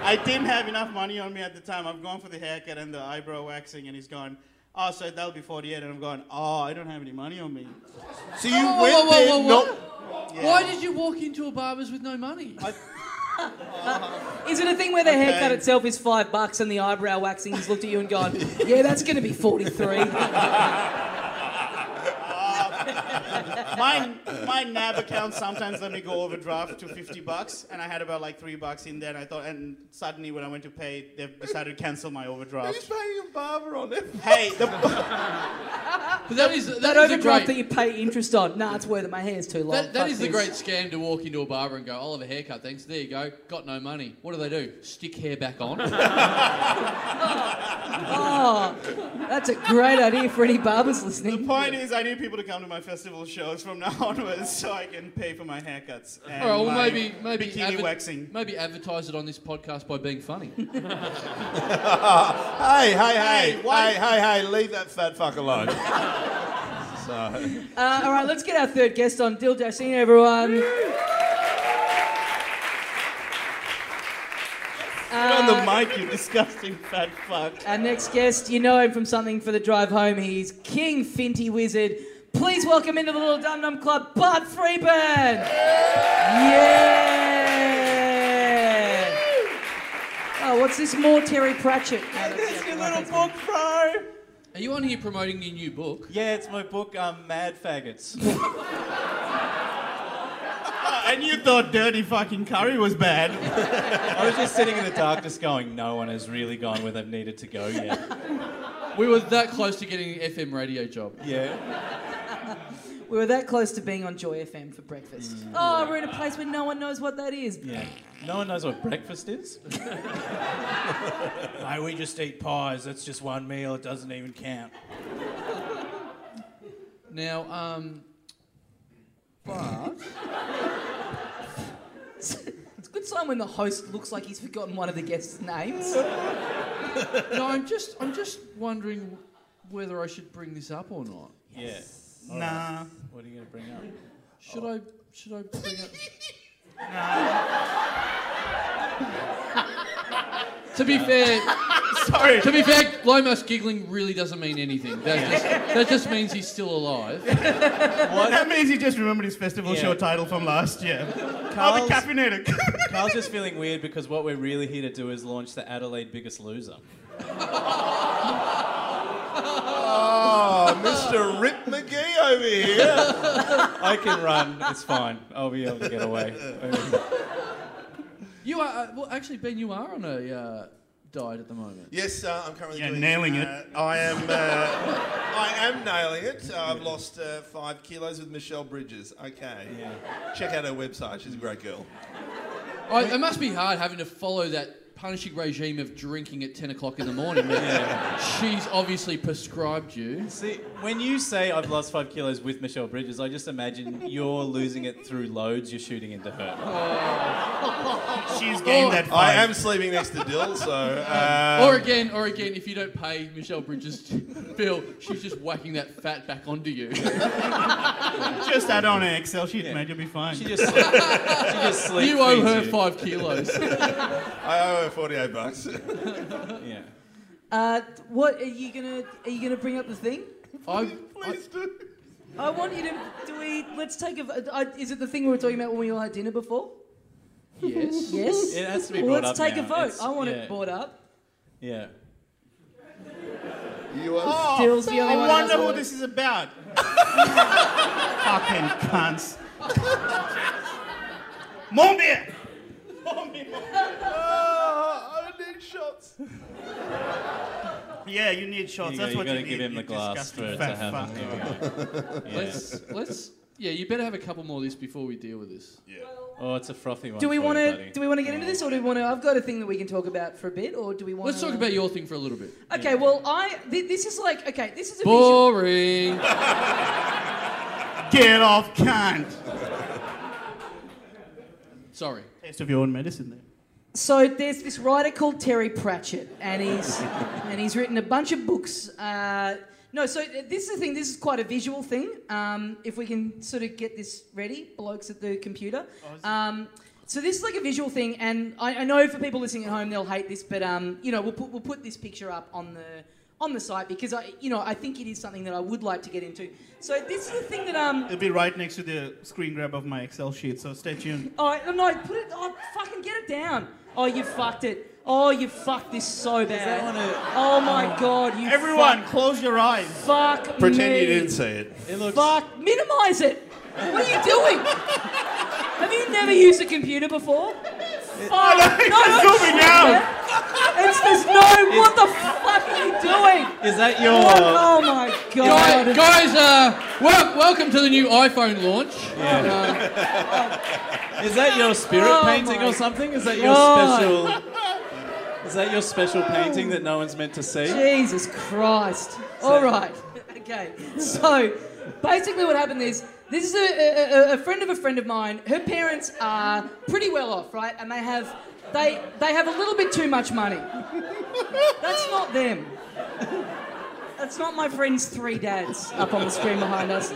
Speaker 6: I didn't have enough money on me at the time. I've gone for the haircut and the eyebrow waxing, and he's gone. Oh, so that'll be 48, and I'm going. Oh, I don't have any money on me.
Speaker 5: So you
Speaker 3: Whoa,
Speaker 5: went
Speaker 3: whoa, whoa,
Speaker 5: there
Speaker 3: whoa, whoa.
Speaker 5: not
Speaker 3: Why did you walk into a barber's with no money?
Speaker 4: Is it a thing where the
Speaker 6: Okay.
Speaker 4: haircut itself is five bucks and the eyebrow waxing has looked at you and gone, "Yeah, that's going to be forty-three.
Speaker 6: my my NAB account sometimes let me go overdraft to 50 bucks, and I had about like three bucks in there, and I thought, and suddenly when I went to pay, they've decided to cancel my overdraft.
Speaker 5: Who's paying a barber on it?
Speaker 6: Hey, the,
Speaker 3: But that is that,
Speaker 4: That
Speaker 3: is a
Speaker 4: overdraft
Speaker 3: great-
Speaker 4: that you pay interest on. Nah, it's worth it. My hair's too long.
Speaker 3: That, that
Speaker 4: Fuck
Speaker 3: is the
Speaker 4: this.
Speaker 3: great scam to walk into a barber and go, I'll have a haircut, thanks. There you go. Got no money. What do they do? Stick hair back on.
Speaker 4: That's a great idea for any barbers
Speaker 6: The
Speaker 4: listening.
Speaker 6: point is, I need people to come to my festival shows from now onwards so I can pay for my haircuts and
Speaker 3: All right, well,
Speaker 6: my
Speaker 3: maybe, maybe,
Speaker 6: bikini
Speaker 3: adver-
Speaker 6: waxing.
Speaker 3: maybe advertise it on this podcast by being funny.
Speaker 5: Hey, hey, hey,
Speaker 6: Hey,
Speaker 5: hey,
Speaker 6: why-
Speaker 5: hey, hey, leave that fat fuck alone. so,
Speaker 4: Uh, all right, let's get our third guest on. Dil Dashini, everyone.
Speaker 6: on the mic, you disgusting fat fuck.
Speaker 4: Our next guest, you know him from something for the drive home. He's King Finty Wizard. Please welcome into the Little Dum Dum Club, Bart Freeburn. Yeah. Oh, what's this more Terry Pratchett?
Speaker 6: There's your little book, bro.
Speaker 3: Are you on here promoting your new book?
Speaker 7: Yeah, it's my book, um, Mad Faggots.
Speaker 6: and you thought dirty fucking curry was bad.
Speaker 7: I was just sitting in the dark just going, no one has really gone where they've needed to go yet.
Speaker 3: We were that close to getting an FM radio job.
Speaker 7: Yeah.
Speaker 4: We were that close to being on Joy FM for breakfast. Oh, we're in a place where no one knows what that is.
Speaker 7: Mm. Yeah. No one knows what breakfast is. no, we just eat pies. That's just one meal. It doesn't even count.
Speaker 3: Now, um,
Speaker 4: It's a good sign when the host looks like he's forgotten one of the guests' names.
Speaker 3: no, I'm just, I'm just wondering whether I should bring this up or not.
Speaker 7: Yeah. Nah. What are you going to bring up?
Speaker 3: Should I, should I bring up? to be fair,
Speaker 6: Sorry.
Speaker 3: to be fair, Lomas giggling really doesn't mean anything. That just, that just means he's still alive.
Speaker 6: That means he just remembered his festival
Speaker 7: Yeah.
Speaker 6: show title from last year. Oh,
Speaker 7: Carl's-
Speaker 6: the caffeinated.
Speaker 7: Carl's just feeling weird because what we're really here to do is launch the Adelaide Biggest Loser.
Speaker 5: oh, Mr. Rip McGee over here.
Speaker 7: I can run. It's fine. I'll be able to get away.
Speaker 3: You are uh, well, actually, Ben. You are on a uh, diet at the moment.
Speaker 5: Yes, uh, I'm currently
Speaker 6: Yeah,
Speaker 5: doing,
Speaker 6: nailing it.
Speaker 5: uh, I am. Uh, I am nailing it. Uh, I've lost uh, five kilos with Michelle Bridges. Okay. Check out her website. She's a great girl.
Speaker 3: I, it must be hard having to follow that punishing regime of drinking at ten o'clock in the morning. yeah. She's obviously prescribed you.
Speaker 7: See, when you say I've lost five kilos with Michelle Bridges, I just imagine you're losing it through loads you're shooting into her.
Speaker 6: She's gained that
Speaker 5: I
Speaker 6: fight.
Speaker 5: am sleeping next to Dill, so. Uh,
Speaker 3: or again, or again, if you don't pay Michelle Bridges' bill, she's just whacking that fat back onto you.
Speaker 6: just add on an Excel sheet,
Speaker 7: Yeah.
Speaker 6: mate. You'll be fine.
Speaker 7: She just, she just sleep
Speaker 3: you owe
Speaker 7: feeds
Speaker 3: her
Speaker 7: you.
Speaker 3: five kilos.
Speaker 5: I owe her 48 bucks.
Speaker 7: Yeah.
Speaker 4: Uh, what are you gonna? Are you gonna bring up the thing?
Speaker 3: I, I,
Speaker 5: Please do.
Speaker 4: I want you to. Do we? Let's take a. I, is it the thing we were talking about when we all had dinner before?
Speaker 3: yes.
Speaker 4: Yes.
Speaker 7: It has to be
Speaker 4: Well,
Speaker 7: brought
Speaker 4: let's
Speaker 7: up
Speaker 4: take a
Speaker 7: now.
Speaker 4: vote.
Speaker 7: It's-
Speaker 4: I want
Speaker 7: yeah.
Speaker 4: it brought up.
Speaker 7: Yeah.
Speaker 5: You are.
Speaker 4: Dill's the only
Speaker 6: Oh, I
Speaker 4: one.
Speaker 6: wonder
Speaker 4: who
Speaker 6: who
Speaker 4: doesn't-
Speaker 6: this is about. Fucking cunts. More beer! More beer. Oh,
Speaker 5: Ah, I need shots.
Speaker 6: Yeah, you need shots.
Speaker 7: You
Speaker 6: That's
Speaker 7: go- you
Speaker 6: what
Speaker 7: gotta
Speaker 6: you need.
Speaker 7: give him the
Speaker 6: you
Speaker 7: glass
Speaker 6: disgusting
Speaker 7: for it to
Speaker 6: fat
Speaker 7: happen.
Speaker 6: fuck.
Speaker 7: yeah.
Speaker 3: Let's let's. Yeah, you better have a couple more of this before we deal with this.
Speaker 7: Oh, it's a frothy one.
Speaker 4: Do we
Speaker 7: for
Speaker 4: want
Speaker 7: you,
Speaker 4: to?
Speaker 7: buddy.
Speaker 4: Do we want to get into this, or do we want to? I've got a thing that we can talk about for a bit, or do we want?
Speaker 3: Let's
Speaker 4: to,
Speaker 3: talk about your thing for a little bit.
Speaker 4: Okay. Well, I. Th- this is like. Okay. This is a. Visual,
Speaker 3: Boring.
Speaker 6: Get off cunt.
Speaker 3: Sorry.
Speaker 6: Taste of your own medicine there.
Speaker 4: so there's this writer called Terry Pratchett, and he's and he's written a bunch of books. Uh, no, so th- this is the thing. This is quite a visual thing. Um, if we can sort of get this ready, blokes at the computer. Um, so this is like a visual thing, and I, I know for people listening at home they'll hate this, but um, you know we'll put we'll put this picture up on the on the site because I you know I think it is something that I would like to get into. So this is the thing that um.
Speaker 6: It'll be right next to the screen grab of my Excel sheet, so stay tuned.
Speaker 4: All right, no, no, put it. Oh, fucking get it down. Oh, you fucked it. Oh, you fucked this so bad.
Speaker 7: that one a-
Speaker 4: oh my god, you.
Speaker 6: Everyone, close your eyes.
Speaker 4: Fuck, fuck
Speaker 5: Pretend
Speaker 4: me.
Speaker 5: you didn't see it.
Speaker 7: It looks.
Speaker 4: Fuck, minimize it. What are you doing? Have you never used a computer before? Fuck.
Speaker 6: he's zooming
Speaker 4: shit,
Speaker 6: out.
Speaker 4: man. It's there's no. What the fuck are you doing?
Speaker 5: Uh,
Speaker 7: Is that your?
Speaker 4: Oh my god.
Speaker 3: Guy, Guys, uh, wel- welcome to the new iPhone launch.
Speaker 7: Is that your spirit
Speaker 1: Oh
Speaker 7: painting
Speaker 1: my
Speaker 7: or something? Is that your
Speaker 1: God.
Speaker 7: special? Is that your special painting that no one's meant to see?
Speaker 4: Jesus Christ. All right. Okay. So basically, what happened is this is a, a, a- a friend of a friend of mine. Her parents are pretty well off, right? And they have they they have a little bit too much money. That's not them. That's not my friend's three dads up on the screen behind us.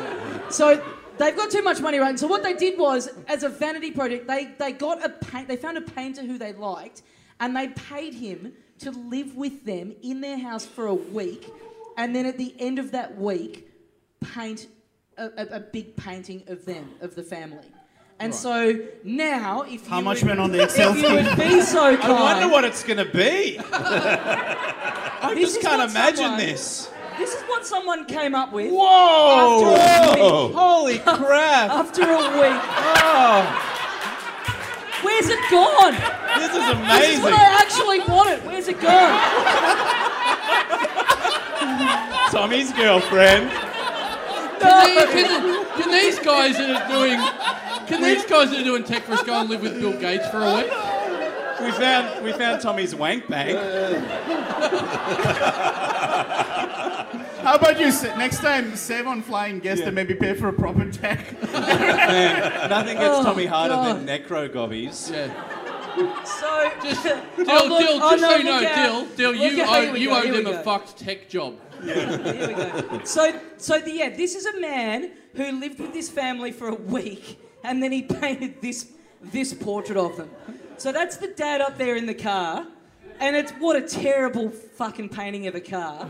Speaker 4: So they've got too much money, right? And so what they did was, as a vanity project, they, they got a paint, they found a painter who they liked, and they paid him to live with them in their house for a week, and then at the end of that week, paint a, a, a big painting of them, of the family. And so now, if
Speaker 6: How
Speaker 4: you
Speaker 6: much
Speaker 4: would,
Speaker 6: went on the Excel
Speaker 4: if you
Speaker 6: sheet?
Speaker 4: would be so kind,
Speaker 7: I wonder what it's gonna be. I
Speaker 4: This
Speaker 7: just
Speaker 4: is
Speaker 7: can't
Speaker 4: what
Speaker 7: imagine
Speaker 4: someone-
Speaker 7: this.
Speaker 4: this is what someone came up with
Speaker 7: Whoa!
Speaker 4: After a
Speaker 7: Whoa. Holy crap!
Speaker 4: after a week.
Speaker 7: Oh,
Speaker 4: Where's it gone? This
Speaker 7: this is
Speaker 4: is what
Speaker 7: amazing.
Speaker 4: I actually wanted. Where's it gone?
Speaker 7: Tommy's girlfriend.
Speaker 3: Can, they- can- can these guys that are doing can these guys that are doing tech for us go and live with Bill Gates for a week?
Speaker 7: We found we found Tommy's wank bank.
Speaker 6: How about you sa- next time save on flying guests and maybe pay for a proper tech?
Speaker 7: Nothing gets
Speaker 4: Oh,
Speaker 7: Tommy harder
Speaker 4: God.
Speaker 7: than necro gobbies.
Speaker 3: Yeah.
Speaker 4: So
Speaker 3: Just Dill,
Speaker 4: Oh, look,
Speaker 3: Dill,
Speaker 4: oh,
Speaker 3: just
Speaker 4: no,
Speaker 3: so you
Speaker 4: look
Speaker 3: know,
Speaker 4: out.
Speaker 3: Dill, Dill,
Speaker 4: Look
Speaker 3: you
Speaker 4: out, here
Speaker 3: owe
Speaker 4: we
Speaker 3: you
Speaker 4: go,
Speaker 3: owe
Speaker 4: here
Speaker 3: them
Speaker 4: we
Speaker 3: a
Speaker 4: go.
Speaker 3: fucked tech job.
Speaker 4: here we go. So so the, yeah, this is a man who lived with this family for a week, and then he painted this this portrait of them. So that's the dad up there in the car, and it's what a terrible fucking painting of a car.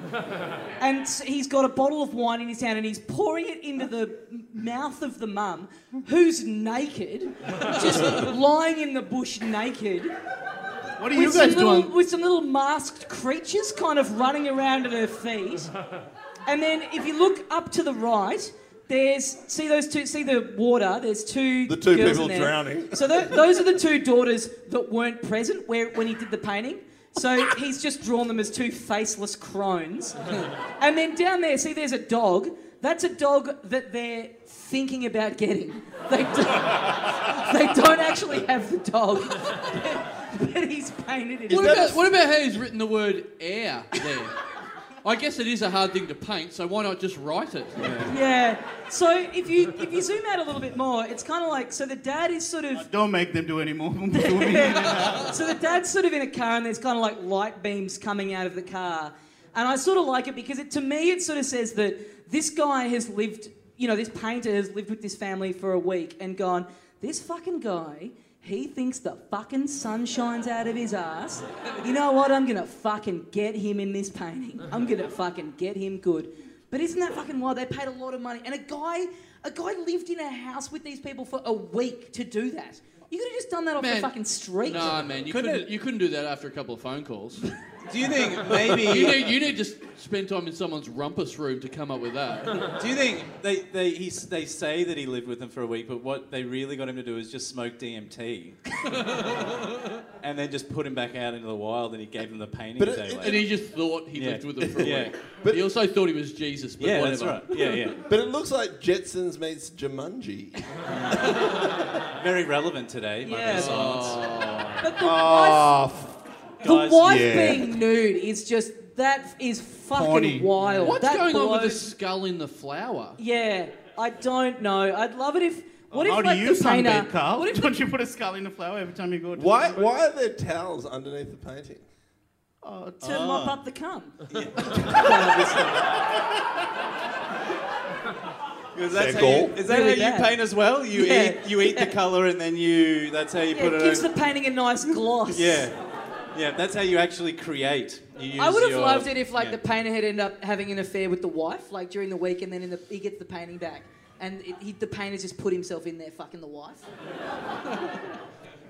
Speaker 4: And s- he's got a bottle of wine in his hand, and he's pouring it into the m- mouth of the mum, who's naked, just lying in the bush naked.
Speaker 6: What are you
Speaker 4: with some,
Speaker 6: guys
Speaker 4: little,
Speaker 6: doing?
Speaker 4: with some little masked creatures kind of running around at her feet. And then if you look up to the right, there's see those two see the water. There's two
Speaker 5: The two
Speaker 4: girls
Speaker 5: people
Speaker 4: in there.
Speaker 5: drowning.
Speaker 4: So tho- those are the two daughters that weren't present where when he did the painting. So he's just drawn them as two faceless crones. and then down there, see, there's a dog. That's a dog that they're thinking about getting. They don't, they don't actually have the dog, but he's painted it.
Speaker 3: What about, what about how he's written the word air there? I guess it is a hard thing to paint, so why not just write it?
Speaker 4: Yeah. So if you if you zoom out a little bit more, it's kind of like so the dad is sort of
Speaker 6: Don't make them do any more movie.
Speaker 4: so the dad's sort of in a car and there's kind of like light beams coming out of the car. And I sort of like it because it, to me it sort of says that this guy has lived, you know, this painter has lived with this family for a week and gone, this fucking guy, he thinks the fucking sun shines out of his ass. You know what? I'm going to fucking get him in this painting. I'm going to fucking get him good. But isn't that fucking wild? They paid a lot of money, and a guy, a guy lived in a house with these people for a week to do that. You could have just done that off the
Speaker 3: Man,
Speaker 4: fucking street.
Speaker 3: Nah, man, you
Speaker 7: Couldn't
Speaker 3: couldn't,
Speaker 7: it-
Speaker 3: you couldn't do that after a couple of phone calls.
Speaker 7: Do you think
Speaker 3: You
Speaker 7: maybe?
Speaker 3: need, you need to s- spend time in someone's rumpus room to come up with that.
Speaker 7: do you think they they he, s- they say that he lived with them for a week, but what they really got him to do is just smoke DMT, and then just put him back out into the wild, and he gave him the painting
Speaker 5: But
Speaker 7: a
Speaker 5: it-
Speaker 7: day
Speaker 5: it-
Speaker 3: uh, And
Speaker 7: later.
Speaker 3: he just thought he
Speaker 7: Yeah.
Speaker 3: lived with them for a
Speaker 7: Yeah.
Speaker 3: week.
Speaker 5: But-
Speaker 3: he also thought he was Jesus, but
Speaker 7: yeah,
Speaker 3: whatever.
Speaker 7: that's right. Yeah, yeah.
Speaker 5: But it looks like Jetsons meets Jumanji.
Speaker 7: Very relevant today. moment of
Speaker 4: Yeah.
Speaker 7: silence.
Speaker 4: But the wife, the
Speaker 7: Guys,
Speaker 4: wife
Speaker 5: yeah.
Speaker 4: being nude is just that is fucking
Speaker 6: Horny.
Speaker 4: wild.
Speaker 3: What's
Speaker 4: That
Speaker 3: going on with the
Speaker 4: blows-
Speaker 3: skull in the flower?
Speaker 4: Yeah, I don't know. I'd love it if. What
Speaker 6: How
Speaker 4: if
Speaker 6: Oh, do
Speaker 4: like
Speaker 6: you
Speaker 4: the painter?
Speaker 6: sunbathe, Carl?
Speaker 4: What if
Speaker 6: Don't you put a skull in a flower every time you go to
Speaker 5: Why,
Speaker 6: the-
Speaker 5: why are there towels underneath the painting?
Speaker 6: Oh,
Speaker 4: the- to mop
Speaker 7: Ah.
Speaker 4: up the cum?
Speaker 7: Because that's
Speaker 5: Their
Speaker 7: how you,
Speaker 5: goal.
Speaker 7: is that
Speaker 4: Really
Speaker 7: how you
Speaker 4: bad.
Speaker 7: paint as well? You
Speaker 4: Yeah.
Speaker 7: eat you eat the colour and then you that's how you
Speaker 4: Yeah,
Speaker 7: put
Speaker 4: it
Speaker 7: it
Speaker 4: gives
Speaker 7: over.
Speaker 4: the painting a nice gloss.
Speaker 7: yeah. Yeah, that's how you actually create. You use
Speaker 4: I would have
Speaker 7: your-
Speaker 4: loved it if like
Speaker 7: yeah.
Speaker 4: the painter had ended up having an affair with the wife, like during the week, and then in the, he gets the painting back, and it, he, the painter just put himself in there fucking the wife.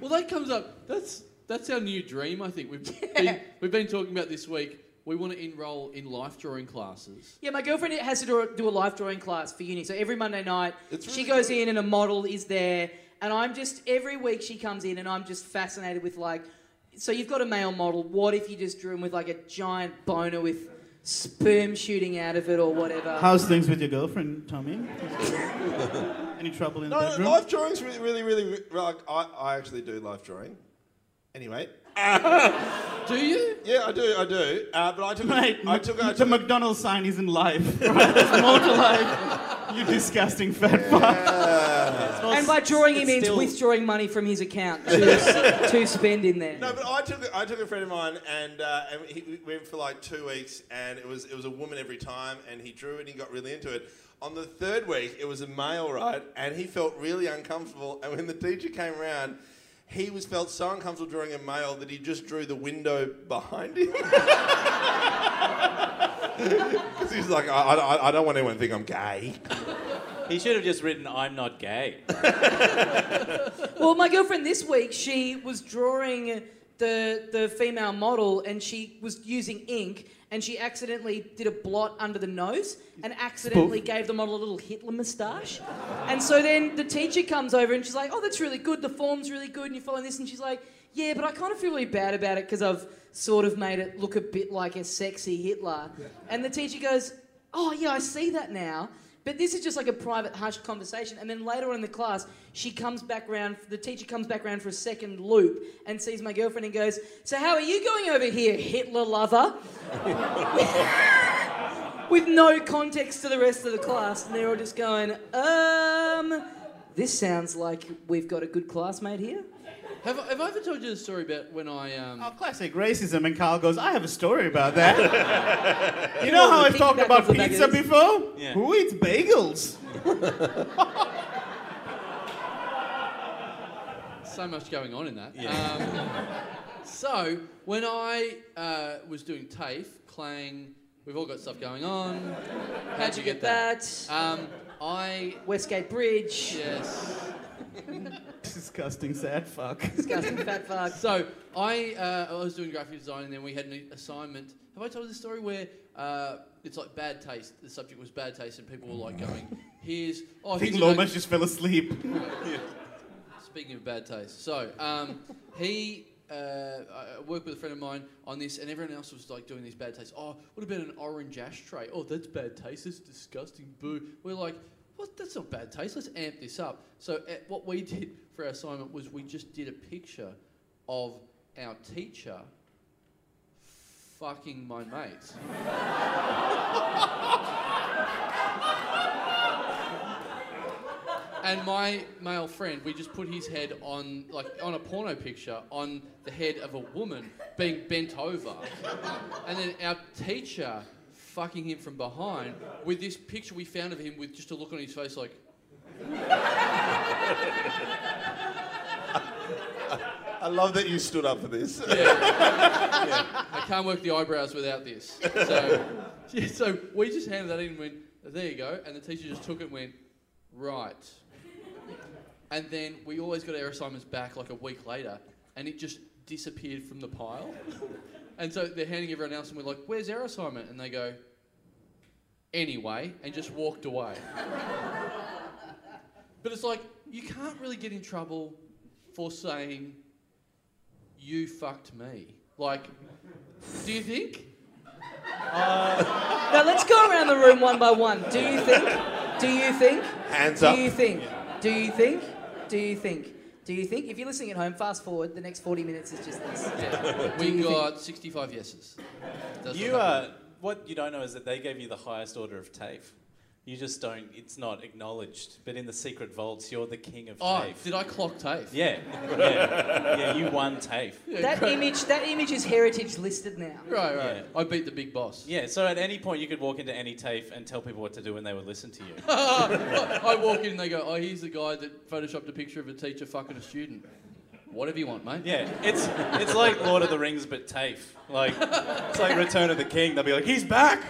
Speaker 3: Well, that comes up. That's that's our new dream. I think we've been, we've been talking about this week. We want to enrol in life drawing classes.
Speaker 4: Yeah, my girlfriend has to do a, do a life drawing class for uni, so every Monday night
Speaker 5: It's
Speaker 4: she
Speaker 5: really
Speaker 4: goes in and a model is there, and I'm just every week she comes in and I'm just fascinated with like, so you've got a male model. What if you just drew him with like a giant boner with sperm shooting out of it or whatever.
Speaker 6: How's things with your girlfriend, Tommy? Any trouble in the
Speaker 5: No,
Speaker 6: bedroom?
Speaker 5: no, life drawing's really, really, really, re- like I, I actually do life drawing. Anyway,
Speaker 3: Do you?
Speaker 5: yeah, I do, I do. Uh, but I took,
Speaker 6: Mate,
Speaker 5: I took, I
Speaker 6: the
Speaker 5: took,
Speaker 6: McDonald's sign isn't live. Right? It's more to life. You disgusting fat fuck.
Speaker 4: and by drawing, he
Speaker 7: It's
Speaker 4: means
Speaker 7: still-
Speaker 4: withdrawing money from his account to, to spend in there.
Speaker 5: no, but I took, I took a friend of mine, and uh, and he we went for like two weeks, and it was, it was a woman every time, and he drew it, and he got really into it. On the third week, it was a male, right, and he felt really uncomfortable, and when the teacher came around. He was felt so uncomfortable drawing a male that he just drew the window behind him. Because he was like, I, I, I don't want anyone to think I'm gay.
Speaker 7: He should have just written, I'm not gay.
Speaker 4: Well, my girlfriend this week, she was drawing the the female model, and she was using ink, and she accidentally did a blot under the nose, and accidentally gave the model a little Hitler moustache. And so then the teacher comes over, and she's like, "Oh, that's really good. The form's really good, and you're following this." And she's like, "Yeah, but I kind of feel really bad about it because I've sort of made it look a bit like a sexy Hitler." And the teacher goes, oh yeah, I see that now. But this is just like a private, hushed conversation. And then later on in the class, she comes back round, the teacher comes back round for a second loop and sees my girlfriend and goes, So, how are you going over here, Hitler lover? With no context to the rest of the class. And they're all just going, Um, this sounds like we've got a good classmate here.
Speaker 3: Have, I- have I ever told you the story about when I um?
Speaker 6: Oh, classic racism. And Carl goes, I have a story about that. you know how I've talked
Speaker 4: Piggyback
Speaker 6: about
Speaker 4: off the back of
Speaker 6: pizza
Speaker 4: this.
Speaker 6: before?
Speaker 7: Yeah.
Speaker 6: Who eats bagels?
Speaker 3: so much going on in that. Um, so when I uh, was doing TAFE, Clang, we've all got stuff going on.
Speaker 4: How'd you get that?
Speaker 3: Um, I
Speaker 4: Westgate Bridge.
Speaker 3: yes.
Speaker 6: Disgusting sad fuck.
Speaker 4: Disgusting fat fuck.
Speaker 3: So I, uh, I was doing graphic design, and then we had an assignment. Have I told this story where uh, it's like bad taste? The subject was bad taste, and people were like going, "Here's oh,
Speaker 6: I
Speaker 3: here's
Speaker 6: think
Speaker 3: an
Speaker 6: Lomas just fell asleep.
Speaker 3: Speaking of bad taste, so um, he uh, I I worked with a friend of mine on this, and everyone else was like doing these bad tastes. Oh, what about an orange ashtray? Oh, that's bad taste. That's disgusting. Boo. We're like, what? That's not bad taste. Let's amp this up. So uh, what we did for our assignment was we just did a picture of our teacher fucking my mate. And my male friend, we just put his head on, like, on a porno picture, on the head of a woman being bent over. And then our teacher fucking him from behind with this picture we found of him with just a look on his face like.
Speaker 5: I love that you stood up for this.
Speaker 3: I can't work the eyebrows without this. So, yeah, so we just handed that in and went, there you go. And the teacher just took it and went, right. And then we always got our assignments back like a week later and it just disappeared from the pile. And so they're handing everyone else and we're like, where's our assignment? And they go, anyway, and just walked away. but it's like, you can't really get in trouble for saying, you fucked me. Like, do you think?
Speaker 4: Now let's go around the room one by one. Do you think? Do you think?
Speaker 5: Hands
Speaker 4: Do
Speaker 5: up.
Speaker 4: you think? Do you think? Do you think? Do you think? If you're listening at home, fast forward. The next 40 minutes is just this.
Speaker 3: We got 65 yeses. That's
Speaker 7: You
Speaker 3: what
Speaker 7: are,
Speaker 3: happened.
Speaker 7: what you don't know is that they gave you the highest order of TAFE. You just don't, it's not acknowledged. But in the secret vaults, you're the king of
Speaker 3: Oh,
Speaker 7: TAFE.
Speaker 3: did I clock TAFE?
Speaker 7: Yeah, yeah, yeah, you won TAFE.
Speaker 4: That image, that image is heritage listed now.
Speaker 3: Right, right.
Speaker 7: Yeah.
Speaker 3: I beat the big boss.
Speaker 7: Yeah, so at any point you could walk into any TAFE and tell people what to do and they would listen to you.
Speaker 3: I walk in and they go, oh, he's the guy that photoshopped a picture of a teacher fucking a student. Whatever you want, mate.
Speaker 7: Yeah, it's it's like Lord of the Rings but TAFE. Like it's like Return of the King. They'll be like, he's back.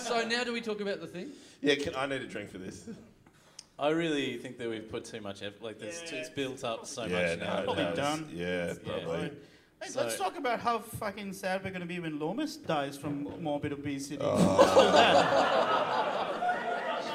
Speaker 3: So now do we talk about the thing?
Speaker 5: Yeah, can, I need a drink for this.
Speaker 7: I really think that we've put too much effort. Like there's it's built up so much now.
Speaker 6: Probably
Speaker 5: it's-
Speaker 6: done.
Speaker 5: Yeah, probably.
Speaker 6: Hey, let's talk about how fucking sad we're going to be when Lomas dies from morbid obesity.
Speaker 7: Oh,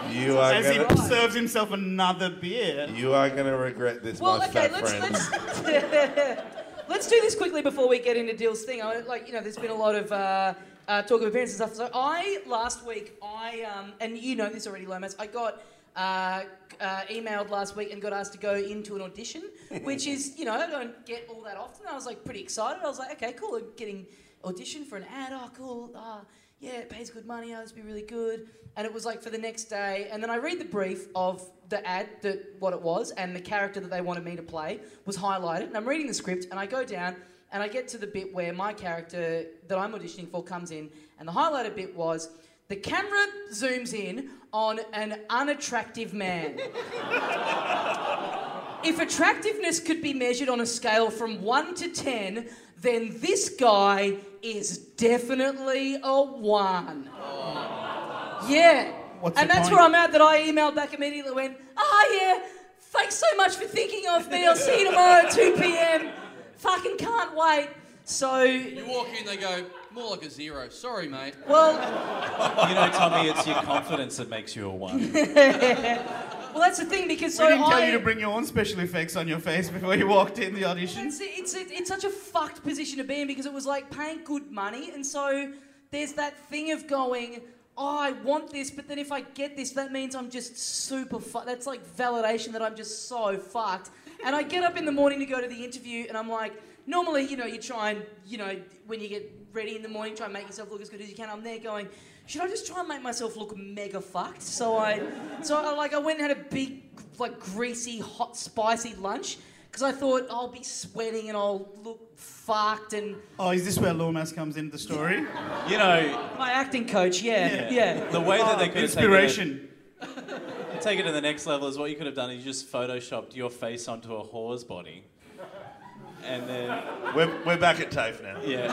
Speaker 5: You are
Speaker 6: As he
Speaker 5: gonna,
Speaker 6: serves himself another beer.
Speaker 5: you are gonna regret this,
Speaker 4: Well,
Speaker 5: my
Speaker 4: okay,
Speaker 5: fat
Speaker 4: let's
Speaker 5: friend.
Speaker 4: let's Let's do this quickly before we get into Dill's thing. I, like, you know, there's been a lot of uh, uh, talk of appearances and stuff. So I last week, I um, and you know this already, Lomas. I got. Uh, uh, emailed last week and got asked to go into an audition, which is, you know, I don't get all that often. I was like pretty excited. I was like, okay, cool, I'm getting audition for an ad. Oh, cool. Oh, yeah, it pays good money. Oh, this would be really good. And it was like for the next day. And then I read the brief of the ad, that what it was, and the character that they wanted me to play was highlighted. And I'm reading the script, and I go down, and I get to the bit where my character that I'm auditioning for comes in, and the highlighted bit was. The camera zooms in on an unattractive man. If attractiveness could be measured on a scale from 1 to 10, then this guy is definitely a 1. Yeah.
Speaker 6: What's
Speaker 4: and
Speaker 6: the
Speaker 4: that's
Speaker 6: point?
Speaker 4: where I'm at that I emailed back immediately went, ah, yeah, thanks so much for thinking of me. I'll see you tomorrow at 2 p.m. Fucking can't wait. So,
Speaker 3: You walk in, they go, more like a zero. Sorry, mate.
Speaker 4: well,
Speaker 7: You know, Tommy, it's your confidence that makes you a one.
Speaker 4: well, that's the thing because so
Speaker 6: we didn't tell
Speaker 4: I,
Speaker 6: you to bring your own special effects on your face before you walked in the audition.
Speaker 4: It's, it's, it's, it's such a fucked position to be in because it was like paying good money. And so there's that thing of going, oh, I want this, but then if I get this, that means I'm just super fucked. That's like validation that I'm just so fucked. And I get up in the morning to go to the interview and I'm like, normally, you know, you try and, you know, when you get ready in the morning, try and make yourself look as good as you can. I'm there going, should I just try and make myself look mega fucked? So I, so I, like, I went and had a big, like, greasy, hot, spicy lunch because I thought I'll be sweating and I'll look fucked. And
Speaker 6: Oh, is this where Lomas comes into the story?
Speaker 7: You know,
Speaker 4: my acting coach, yeah, yeah.
Speaker 7: the way that they could have taken it-
Speaker 6: Inspiration.
Speaker 7: Take it to the next level is what you could have done is you just photoshopped your face onto a whore's body. And then,
Speaker 5: We're, we're back at TAFE now.
Speaker 7: yeah.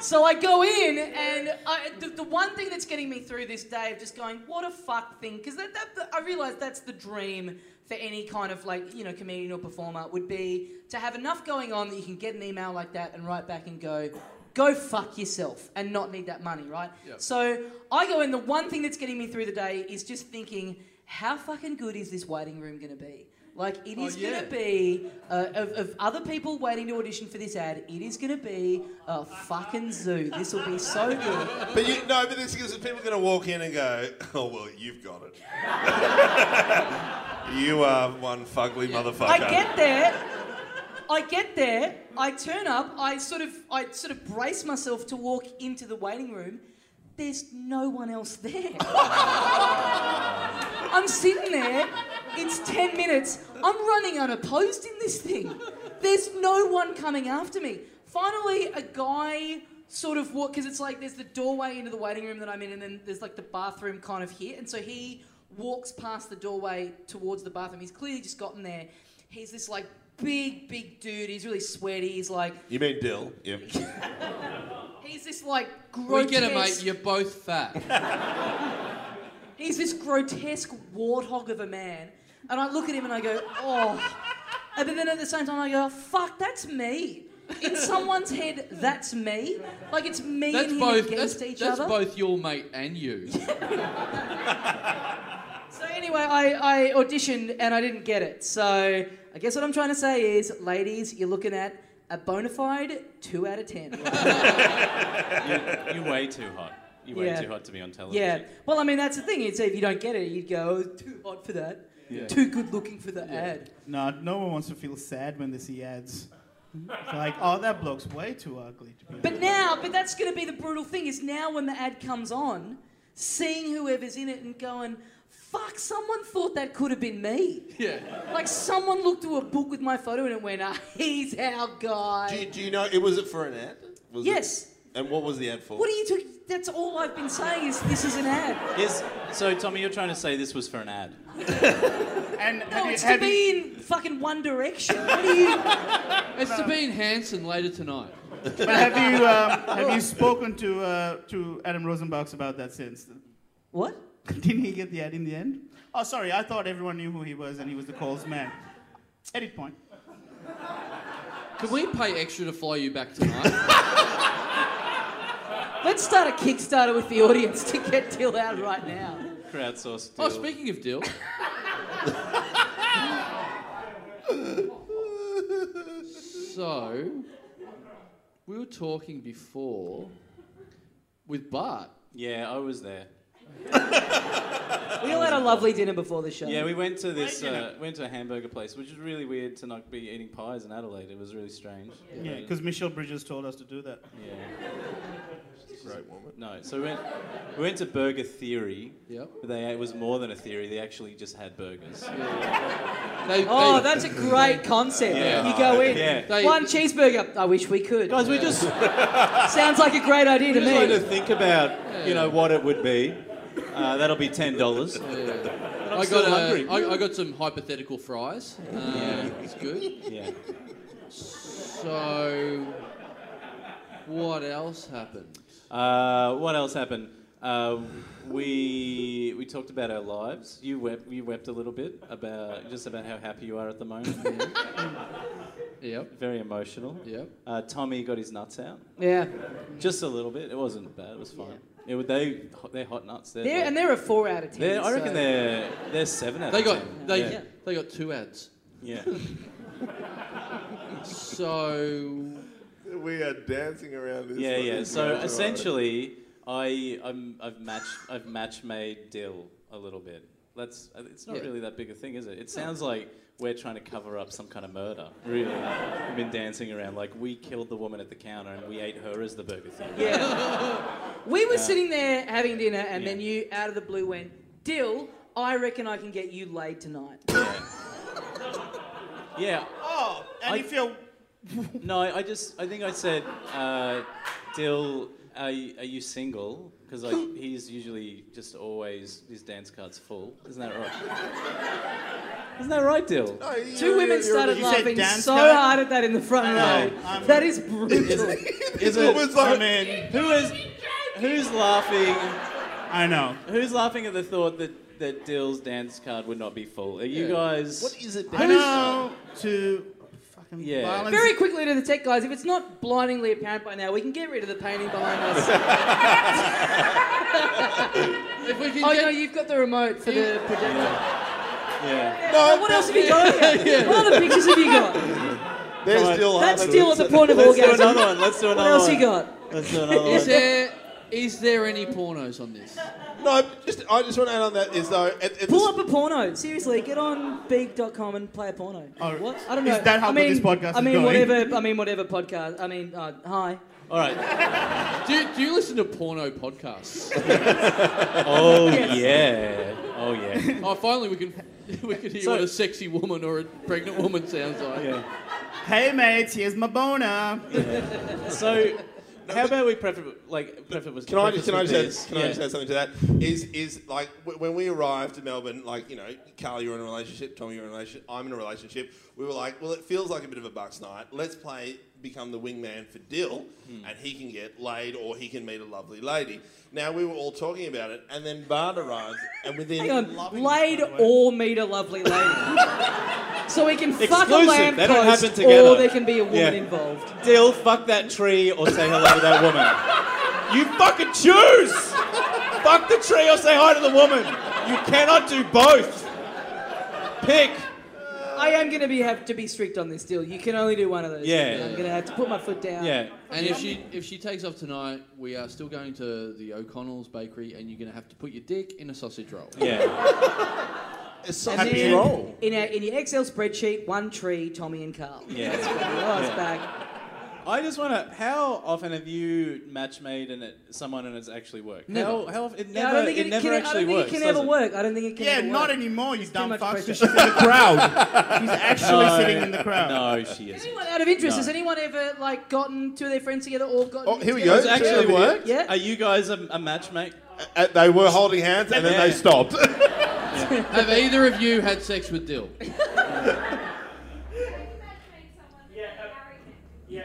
Speaker 4: So I go in, and I, the, the one thing that's getting me through this day of just going, what a fuck thing, because that, that, I realise that's the dream for any kind of like, you know, comedian or performer would be to have enough going on that you can get an email like that and write back and go, go fuck yourself and not need that money, right? So I go in, the one thing that's getting me through the day is just thinking, how fucking good is this waiting room going to be? Like, it is
Speaker 3: yeah.
Speaker 4: going to be, uh, of, of other people waiting to audition for this ad, it is going to be a fucking zoo. This will be so good.
Speaker 5: But you, no, but this because people are going to walk in and go, "Oh well, you've got it. you are one fugly motherfucker."
Speaker 4: I get there. I get there. I turn up. I sort of, I sort of brace myself to walk into the waiting room. There's no one else there. I'm sitting there. It's ten minutes. I'm running unopposed in this thing. There's no one coming after me. Finally, a guy sort of walk because it's like there's the doorway into the waiting room that I'm in, and then there's like the bathroom kind of here. And so he walks past the doorway towards the bathroom. He's clearly just gotten there. He's this like big, big dude. He's really sweaty. He's like
Speaker 5: You mean Dill? Yep.
Speaker 4: he's this like
Speaker 3: We
Speaker 4: grotesque.
Speaker 3: get it, mate. You're both fat.
Speaker 4: He's this grotesque warthog of a man. And I look at him and I go, oh. And but then at the same time, I go, fuck, that's me. In someone's head, that's me. Like it's me
Speaker 3: That's
Speaker 4: and him
Speaker 3: both. That's,
Speaker 4: against each
Speaker 3: that's
Speaker 4: other.
Speaker 3: both your mate and you.
Speaker 4: So anyway, I, I auditioned and I didn't get it. So I guess what I'm trying to say is, ladies, you're looking at a bona fide two out of ten.
Speaker 7: You're, you're way too hot. You're way
Speaker 4: Yeah.
Speaker 7: too hot to be on
Speaker 4: yeah.
Speaker 7: television.
Speaker 4: Well, I mean, that's the thing. It's if you don't get it, you'd go oh, too hot for that, too good looking for the ad.
Speaker 6: No, no one wants to feel sad when they see ads. It's like, oh, that bloke's way too ugly to be.
Speaker 4: But now, but that's going to be the brutal thing is now when the ad comes on, seeing whoever's in it and going, fuck, someone thought that could have been me.
Speaker 3: Yeah.
Speaker 4: Like someone looked through a book with my photo in it and went, ah, he's our
Speaker 5: Do
Speaker 4: guy.
Speaker 5: you, do you know? It was it for an ad? Was it-
Speaker 4: Yes.
Speaker 5: and what was the ad for?
Speaker 4: What are you talking? That's all I've been saying is this is an ad.
Speaker 7: Is, so, Tommy, you're trying to say this was for an ad.
Speaker 6: and have
Speaker 4: No,
Speaker 6: you-
Speaker 4: Oh, it's to
Speaker 6: have you-
Speaker 4: be in fucking One Direction. What are you?
Speaker 3: It's to be in Hanson later tonight.
Speaker 6: But have you um, have you spoken to uh, to Adam Rosenbachs about that since?
Speaker 4: What?
Speaker 6: Didn't he get the ad in the end? Oh, sorry, I thought everyone knew who he was and he was the Coles man. Edit point.
Speaker 3: Can we pay extra to fly you back tonight?
Speaker 4: Let's start a Kickstarter with the audience to get Till out right now.
Speaker 7: Crowdsourced.
Speaker 3: oh,
Speaker 7: deal.
Speaker 3: speaking of Dill, So, we were talking before with Bart.
Speaker 7: Yeah, I was there.
Speaker 4: We all had a lovely dinner before the show.
Speaker 7: Yeah, we went to this
Speaker 6: Great dinner.
Speaker 7: uh, went to a hamburger place, which is really weird to not be eating pies in Adelaide. It was really strange.
Speaker 6: Yeah, because Michelle Bridges told us to do that.
Speaker 7: Yeah.
Speaker 5: Great woman.
Speaker 7: No, so we went, we went to Burger Theory.
Speaker 3: Yep.
Speaker 7: But they it was more than a theory. They actually just had burgers.
Speaker 3: They,
Speaker 4: Oh,
Speaker 3: they-
Speaker 4: that's a great concept.
Speaker 7: Yeah.
Speaker 4: You go in,
Speaker 7: Yeah.
Speaker 3: They-
Speaker 4: one cheeseburger. I wish we could.
Speaker 7: Oh, Guys, we're just
Speaker 4: Sounds like a great idea to
Speaker 7: trying to
Speaker 4: me.
Speaker 7: think about you know what it would be. Uh, that'll be ten dollars.
Speaker 3: I
Speaker 7: still
Speaker 3: got
Speaker 7: hungry.
Speaker 3: a, I, I got some hypothetical fries. Uh, It's good.
Speaker 7: Yeah.
Speaker 3: So, what else happened?
Speaker 7: Uh, what else happened? Uh, we we talked about our lives. You wept. You wept a little bit about just about how happy you are at the moment.
Speaker 3: Yep.
Speaker 7: Very emotional.
Speaker 3: Yep.
Speaker 7: Uh, Tommy got his nuts out.
Speaker 4: Yeah.
Speaker 7: Just a little bit. It wasn't bad. It was fine. It was, they they're hot nuts. They're,
Speaker 4: They're,
Speaker 7: like-
Speaker 4: and they're a four out of 10
Speaker 7: they're- I reckon
Speaker 4: so-
Speaker 7: they're they're seven out
Speaker 3: They
Speaker 7: of ten.
Speaker 3: got they
Speaker 7: Yeah.
Speaker 3: they got two ads.
Speaker 7: Yeah.
Speaker 3: So
Speaker 5: We are dancing around this.
Speaker 7: Yeah,
Speaker 5: one.
Speaker 7: yeah.
Speaker 5: It's
Speaker 7: So
Speaker 5: not right.
Speaker 7: essentially, I I'm, I've match I've match made Dill a little bit. That's it's not
Speaker 3: Yeah.
Speaker 7: really that big a thing, is it? It sounds like we're trying to cover up some kind of murder. Really, we've been dancing around like we killed the woman at the counter and we ate her as the burger thing.
Speaker 4: Yeah. we were sitting there having dinner, and then you, out of the blue, went, Dill, I reckon I can get you laid tonight.
Speaker 7: Yeah.
Speaker 6: Oh, and
Speaker 7: I-
Speaker 6: if you're
Speaker 7: No, I, I just I think I said, uh, Dill, are, you- are you single? Because like he's usually just always his dance card's full. Isn't that right? Isn't that right, Dill?
Speaker 5: No, you-
Speaker 4: Two women
Speaker 5: you-
Speaker 4: started
Speaker 6: you said
Speaker 4: laughing
Speaker 6: dance
Speaker 4: so
Speaker 6: night?
Speaker 4: hard at that in the front
Speaker 7: know.
Speaker 4: row.
Speaker 6: I'm-
Speaker 4: That is brutal.
Speaker 7: Is
Speaker 5: It was like,
Speaker 6: I mean,
Speaker 7: Who is who's laughing?
Speaker 6: I know.
Speaker 7: Who's laughing at the thought that that Dill's dance card would not be full? Are you
Speaker 3: Yeah.
Speaker 7: guys?
Speaker 5: what is it?
Speaker 6: I know to fucking
Speaker 7: Yeah.
Speaker 6: violence.
Speaker 4: Very quickly to the tech guys, if it's not blindingly apparent by now, we can get rid of the painting behind us.
Speaker 3: if we can
Speaker 4: oh,
Speaker 3: get
Speaker 4: no, you've got the remote for the projector.
Speaker 7: Yeah.
Speaker 5: No,
Speaker 4: what else have you got here? What other pictures have you got?
Speaker 5: There's still
Speaker 4: That's
Speaker 5: half of
Speaker 4: still
Speaker 5: it.
Speaker 4: at the point of
Speaker 7: Let's do
Speaker 4: orgasm.
Speaker 7: another one. Let's do
Speaker 4: What
Speaker 7: another
Speaker 4: else
Speaker 7: one.
Speaker 4: you got?
Speaker 7: Let's do another
Speaker 3: is
Speaker 7: one.
Speaker 3: there is there any pornos on this?
Speaker 5: No, just I just want to add on that is though. At, at
Speaker 4: Pull
Speaker 5: the,
Speaker 4: up a porno. Seriously, get on beak.com and play a porno.
Speaker 6: Oh,
Speaker 4: what? I don't know.
Speaker 6: is that how
Speaker 4: I
Speaker 6: good
Speaker 4: mean,
Speaker 6: this podcast
Speaker 4: I
Speaker 6: is
Speaker 4: mean,
Speaker 6: going?
Speaker 4: whatever. I mean, whatever podcast. I mean, uh, hi.
Speaker 7: All right.
Speaker 3: Do, do you listen to porno podcasts?
Speaker 7: Oh yeah. Oh yeah.
Speaker 3: Oh, finally we can we can hear
Speaker 7: So-
Speaker 3: what a sexy woman or a pregnant woman sounds like.
Speaker 7: Yeah.
Speaker 6: Hey mates, here's my boner.
Speaker 7: So, how about we preface like preface was?
Speaker 5: Can I just can I just
Speaker 7: this?
Speaker 5: add, can I just add something to that? Is is like w- when we arrived to Melbourne, like you know, Carl, you're in a relationship. Tommy, you're in a relationship. I'm in a relationship. We were like, well, it feels like a bit of a bucks night. Let's play become the wingman for Dill,
Speaker 7: Hmm.
Speaker 5: and he can get laid or he can meet a lovely lady. Now we were all talking about it, and then Bart arrives, and within
Speaker 4: Hang on.
Speaker 6: loving
Speaker 4: Laid
Speaker 6: this, by the way.
Speaker 4: or meet a lovely lady. so we can fuck a
Speaker 7: Exclusive.
Speaker 4: lamp
Speaker 7: They don't happen
Speaker 4: post,
Speaker 7: together.
Speaker 4: or there can be a woman
Speaker 7: Yeah.
Speaker 4: involved.
Speaker 7: Dill, fuck that tree or say hello to that woman. You fucking choose! fuck the tree or say hi to the woman. You cannot do both. Pick.
Speaker 4: I am going to be have to be strict on this deal. You can only do one of those.
Speaker 7: Yeah.
Speaker 4: I'm going to have to put my foot down.
Speaker 7: Yeah.
Speaker 3: And if she if she takes off tonight, we are still going to the O'Connell's bakery, and you're going to have to put your dick in a sausage roll.
Speaker 7: Yeah.
Speaker 5: it's so
Speaker 4: And
Speaker 5: happy
Speaker 4: then
Speaker 5: roll.
Speaker 4: in, our, in your Excel spreadsheet, one tree, Tommy and Carl.
Speaker 7: Yeah.
Speaker 4: Oh, it's
Speaker 7: Yeah.
Speaker 4: back.
Speaker 7: I just want to. How often have you match made and it, someone and it's actually worked? How,
Speaker 3: Never.
Speaker 7: how often? It
Speaker 4: Yeah,
Speaker 7: never,
Speaker 4: I don't think
Speaker 7: it,
Speaker 4: it,
Speaker 7: never
Speaker 4: can, I
Speaker 7: actually
Speaker 4: don't think
Speaker 7: works.
Speaker 4: it can ever
Speaker 7: does
Speaker 4: work. I don't think it can
Speaker 6: Yeah,
Speaker 4: ever
Speaker 6: not
Speaker 4: work.
Speaker 6: anymore, you dumb
Speaker 4: much
Speaker 6: fucks. 'cause
Speaker 4: pressure.
Speaker 6: She's in the crowd. She's actually
Speaker 7: No.
Speaker 6: sitting in the crowd.
Speaker 7: No, she
Speaker 4: Has
Speaker 7: is.
Speaker 4: anyone out of interest,
Speaker 7: No.
Speaker 4: has anyone ever like gotten two of their friends together or gotten
Speaker 5: Oh, here we
Speaker 4: together?
Speaker 5: go.
Speaker 7: It's actually worked.
Speaker 4: Yeah.
Speaker 7: Are you guys a, a match mate?
Speaker 5: Uh, they were holding hands, and then they
Speaker 7: Yeah.
Speaker 5: stopped.
Speaker 3: Have either of you had sex with Dill?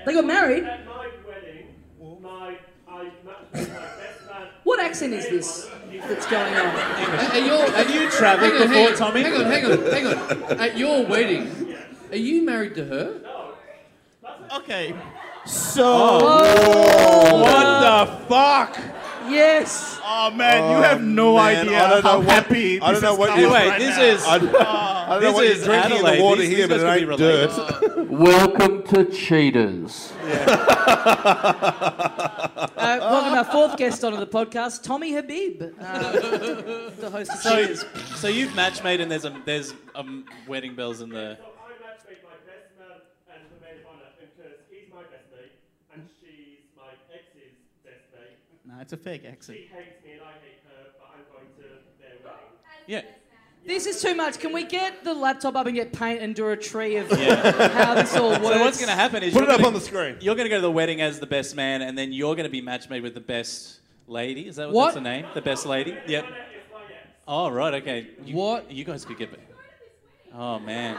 Speaker 4: They got married.
Speaker 8: uh, At my wedding, my I matched with my best man.
Speaker 4: What accent is this that's going on?
Speaker 3: At, at your,
Speaker 7: Have you travelled
Speaker 3: hang on,
Speaker 7: before,
Speaker 3: hang on,
Speaker 7: Tommy?
Speaker 3: Hang on, hang on, hang on. At your wedding, are you married to her?
Speaker 6: Okay.
Speaker 7: So. What the fuck?
Speaker 4: Yes.
Speaker 6: Oh man,
Speaker 5: Oh,
Speaker 6: you have no
Speaker 5: man,
Speaker 6: idea
Speaker 5: I don't
Speaker 6: how
Speaker 5: know what-
Speaker 6: happy.
Speaker 5: I don't
Speaker 6: this
Speaker 5: know
Speaker 6: is
Speaker 5: what
Speaker 6: coming
Speaker 5: you-
Speaker 7: Anyway,
Speaker 6: right
Speaker 7: this
Speaker 6: now.
Speaker 7: is.
Speaker 5: I, I don't know
Speaker 7: This
Speaker 5: what you're
Speaker 7: is
Speaker 5: drinking in
Speaker 7: Adelaide.
Speaker 5: the water
Speaker 7: These-
Speaker 5: here,
Speaker 7: these
Speaker 5: but it
Speaker 7: guys could
Speaker 5: ain't
Speaker 7: be
Speaker 5: dirt.
Speaker 7: related.
Speaker 3: Welcome to Cheaters.
Speaker 1: Uh, welcome our fourth guest onto the podcast, Tommy Habib, uh, the host of
Speaker 7: So,
Speaker 1: Cheers.
Speaker 7: so you've match made and there's a there's um wedding bells in the.
Speaker 8: So I match made my best man and the maid of honor because he's my best mate and she's my ex's best mate.
Speaker 6: No, it's a fake accent.
Speaker 8: She hates me and I hate her, but I'm going to their wedding.
Speaker 7: Yeah.
Speaker 1: This is too much. Can we get the laptop up and get paint and do a tree of
Speaker 7: Yeah.
Speaker 1: how this all works?
Speaker 7: So what's going to happen is
Speaker 5: Put it
Speaker 7: you're
Speaker 5: up
Speaker 7: gonna-
Speaker 5: on the screen.
Speaker 7: You're going to go to the wedding as the best man, and then you're going to be match made with the best lady. Is that what,
Speaker 9: What?
Speaker 7: that's the name? The best lady. Yep. Oh right. Okay. You,
Speaker 9: What?
Speaker 7: You guys could get. Oh man.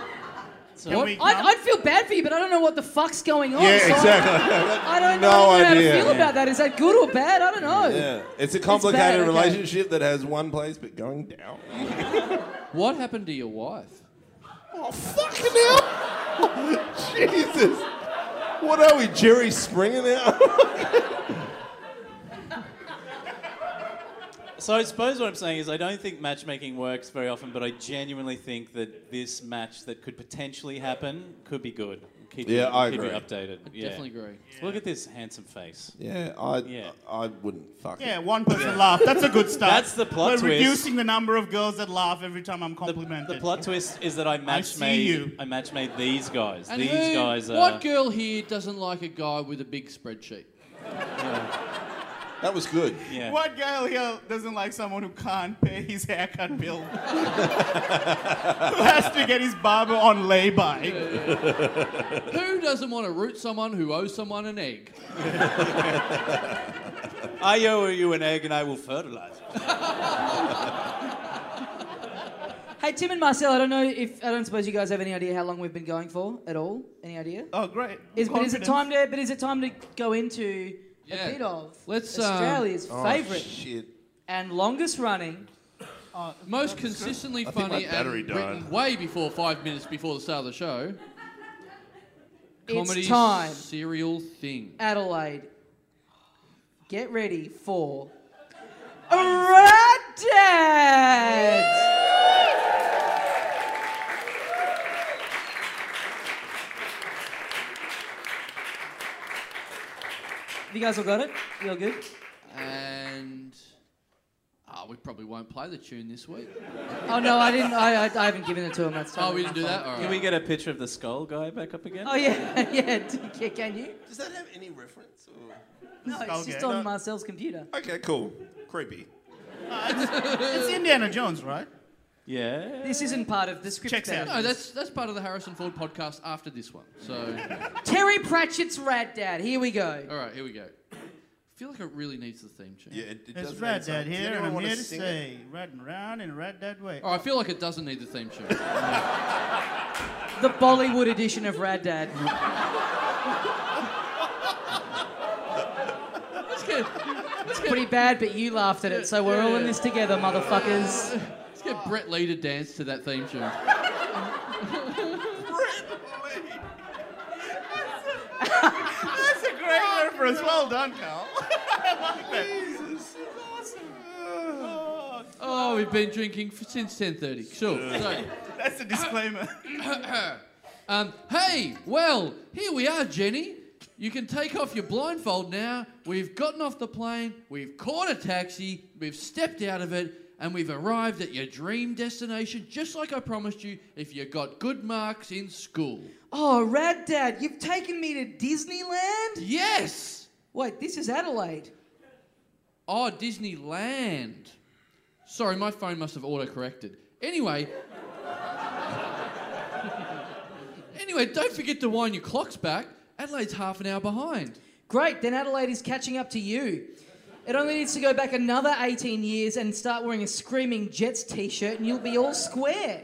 Speaker 6: Can we
Speaker 1: I'd,
Speaker 6: come?
Speaker 1: I'd feel bad for you, but I don't know what the fuck's going
Speaker 4: Oh,
Speaker 1: on.
Speaker 5: Yeah,
Speaker 1: so I-
Speaker 5: exactly.
Speaker 1: I don't
Speaker 5: No
Speaker 1: know how to
Speaker 5: idea.
Speaker 1: feel about that. Is that good or bad? I don't know.
Speaker 5: yeah. It's a complicated
Speaker 1: okay.
Speaker 5: relationship that has one place but going down.
Speaker 3: What happened to your wife?
Speaker 5: Oh, fucking hell! Jesus! What are we, Jerry Springer now?
Speaker 7: So I suppose what I'm saying is I don't think matchmaking works very often, but I genuinely think that this match that could potentially happen could be good. Keep you,
Speaker 5: Yeah, I
Speaker 7: keep you
Speaker 5: agree.
Speaker 7: updated. yeah.
Speaker 3: Definitely agree.
Speaker 7: Look at this handsome face.
Speaker 5: yeah, I,
Speaker 7: Yeah.
Speaker 5: I, I wouldn't fuck
Speaker 6: Yeah, one person laughed. That's a good start.
Speaker 7: That's the plot
Speaker 6: We're
Speaker 7: twist.
Speaker 6: reducing the number of girls that laugh every time I'm
Speaker 7: The,
Speaker 6: complimented.
Speaker 7: the plot twist is that I match
Speaker 6: see
Speaker 7: made
Speaker 6: you.
Speaker 7: I match made these guys.
Speaker 3: And
Speaker 7: these
Speaker 3: who-
Speaker 7: guys are
Speaker 3: What girl here doesn't like a guy with a big spreadsheet?
Speaker 5: it. That was good.
Speaker 7: yeah.
Speaker 6: What girl here doesn't like someone who can't pay his haircut bill? who has to get his barber on lay-by?
Speaker 3: Who doesn't want to root someone who owes someone an egg?
Speaker 7: I owe you an egg and I will fertilize it.
Speaker 1: Hey, Tim and Marcel, I don't know if I don't suppose you guys have any idea how long we've been going for at all. Any idea?
Speaker 6: Oh, great.
Speaker 1: Is, but is it
Speaker 6: Confidence.
Speaker 1: time to? But is it time to go into
Speaker 3: Yeah.
Speaker 1: a bit of
Speaker 3: Let's, um,
Speaker 1: Australia's
Speaker 5: Oh,
Speaker 1: favourite
Speaker 5: shit.
Speaker 1: and longest running?
Speaker 3: Most consistently
Speaker 5: I think
Speaker 3: funny
Speaker 5: my battery
Speaker 3: and written
Speaker 5: died.
Speaker 3: way before five minutes before the start of the show. Comedy
Speaker 1: It's time,
Speaker 3: serial thing.
Speaker 1: Adelaide. Get ready for Rat Dad. You guys all got it? You're good.
Speaker 3: And ah, we probably won't play the tune this week.
Speaker 1: Oh no, I didn't. I, I, I haven't given it to him. That's
Speaker 3: Oh,
Speaker 1: totally
Speaker 3: we didn't do
Speaker 1: my fault.
Speaker 3: that. All right.
Speaker 7: Can we get a picture of the skull guy back up again?
Speaker 1: Oh yeah, yeah. d- Can you?
Speaker 5: Does that have any reference? Or?
Speaker 1: No, it's just
Speaker 6: Okay.
Speaker 1: on
Speaker 5: No.
Speaker 1: Marcel's computer.
Speaker 5: Okay, cool. Creepy.
Speaker 6: It's Indiana Jones, right?
Speaker 7: Yeah.
Speaker 1: This isn't part of the script.
Speaker 6: Checks
Speaker 1: that-
Speaker 6: out.
Speaker 3: No, that's that's part of the Harrison Ford podcast after this one. So,
Speaker 1: Terry Pratchett's Rat Dad. Here we go.
Speaker 3: all right, here we go. I feel like it really needs the theme tune.
Speaker 5: Yeah, it, it
Speaker 6: It's
Speaker 5: does
Speaker 6: Red
Speaker 5: need
Speaker 6: Dead
Speaker 5: something. Does
Speaker 6: here, and
Speaker 5: anyone
Speaker 6: I'm
Speaker 5: wanna
Speaker 6: here to
Speaker 5: sing it?
Speaker 6: say, riding around in a Red Dead way.
Speaker 3: Oh, I feel like it doesn't need the theme tune.
Speaker 1: The Bollywood edition of Rad Dad. It's pretty bad, but you laughed at it, so we're all in this together, motherfuckers.
Speaker 3: Let's get Brett Lee to dance to that theme tune.
Speaker 6: That's a great reference. Well done, Carl.
Speaker 3: Oh, we've been drinking f- since 10:30. Sure. So,
Speaker 6: That's a disclaimer.
Speaker 3: um, hey, well, here we are, Jenny. You can take off your blindfold now. We've gotten off the plane. We've caught a taxi. We've stepped out of it. And we've arrived at your dream destination, just like I promised you, if you got good marks in school.
Speaker 1: Oh, Rad Dad, you've taken me to Disneyland?
Speaker 3: Yes!
Speaker 1: Wait, this is Adelaide.
Speaker 3: Oh, Disneyland. Sorry, my phone must have autocorrected. Anyway. anyway, don't forget to wind your clocks back. Adelaide's half an hour behind.
Speaker 1: Great, then Adelaide is catching up to you. It only needs to go back another 18 years and start wearing a Screaming Jets t shirt, and you'll be all square.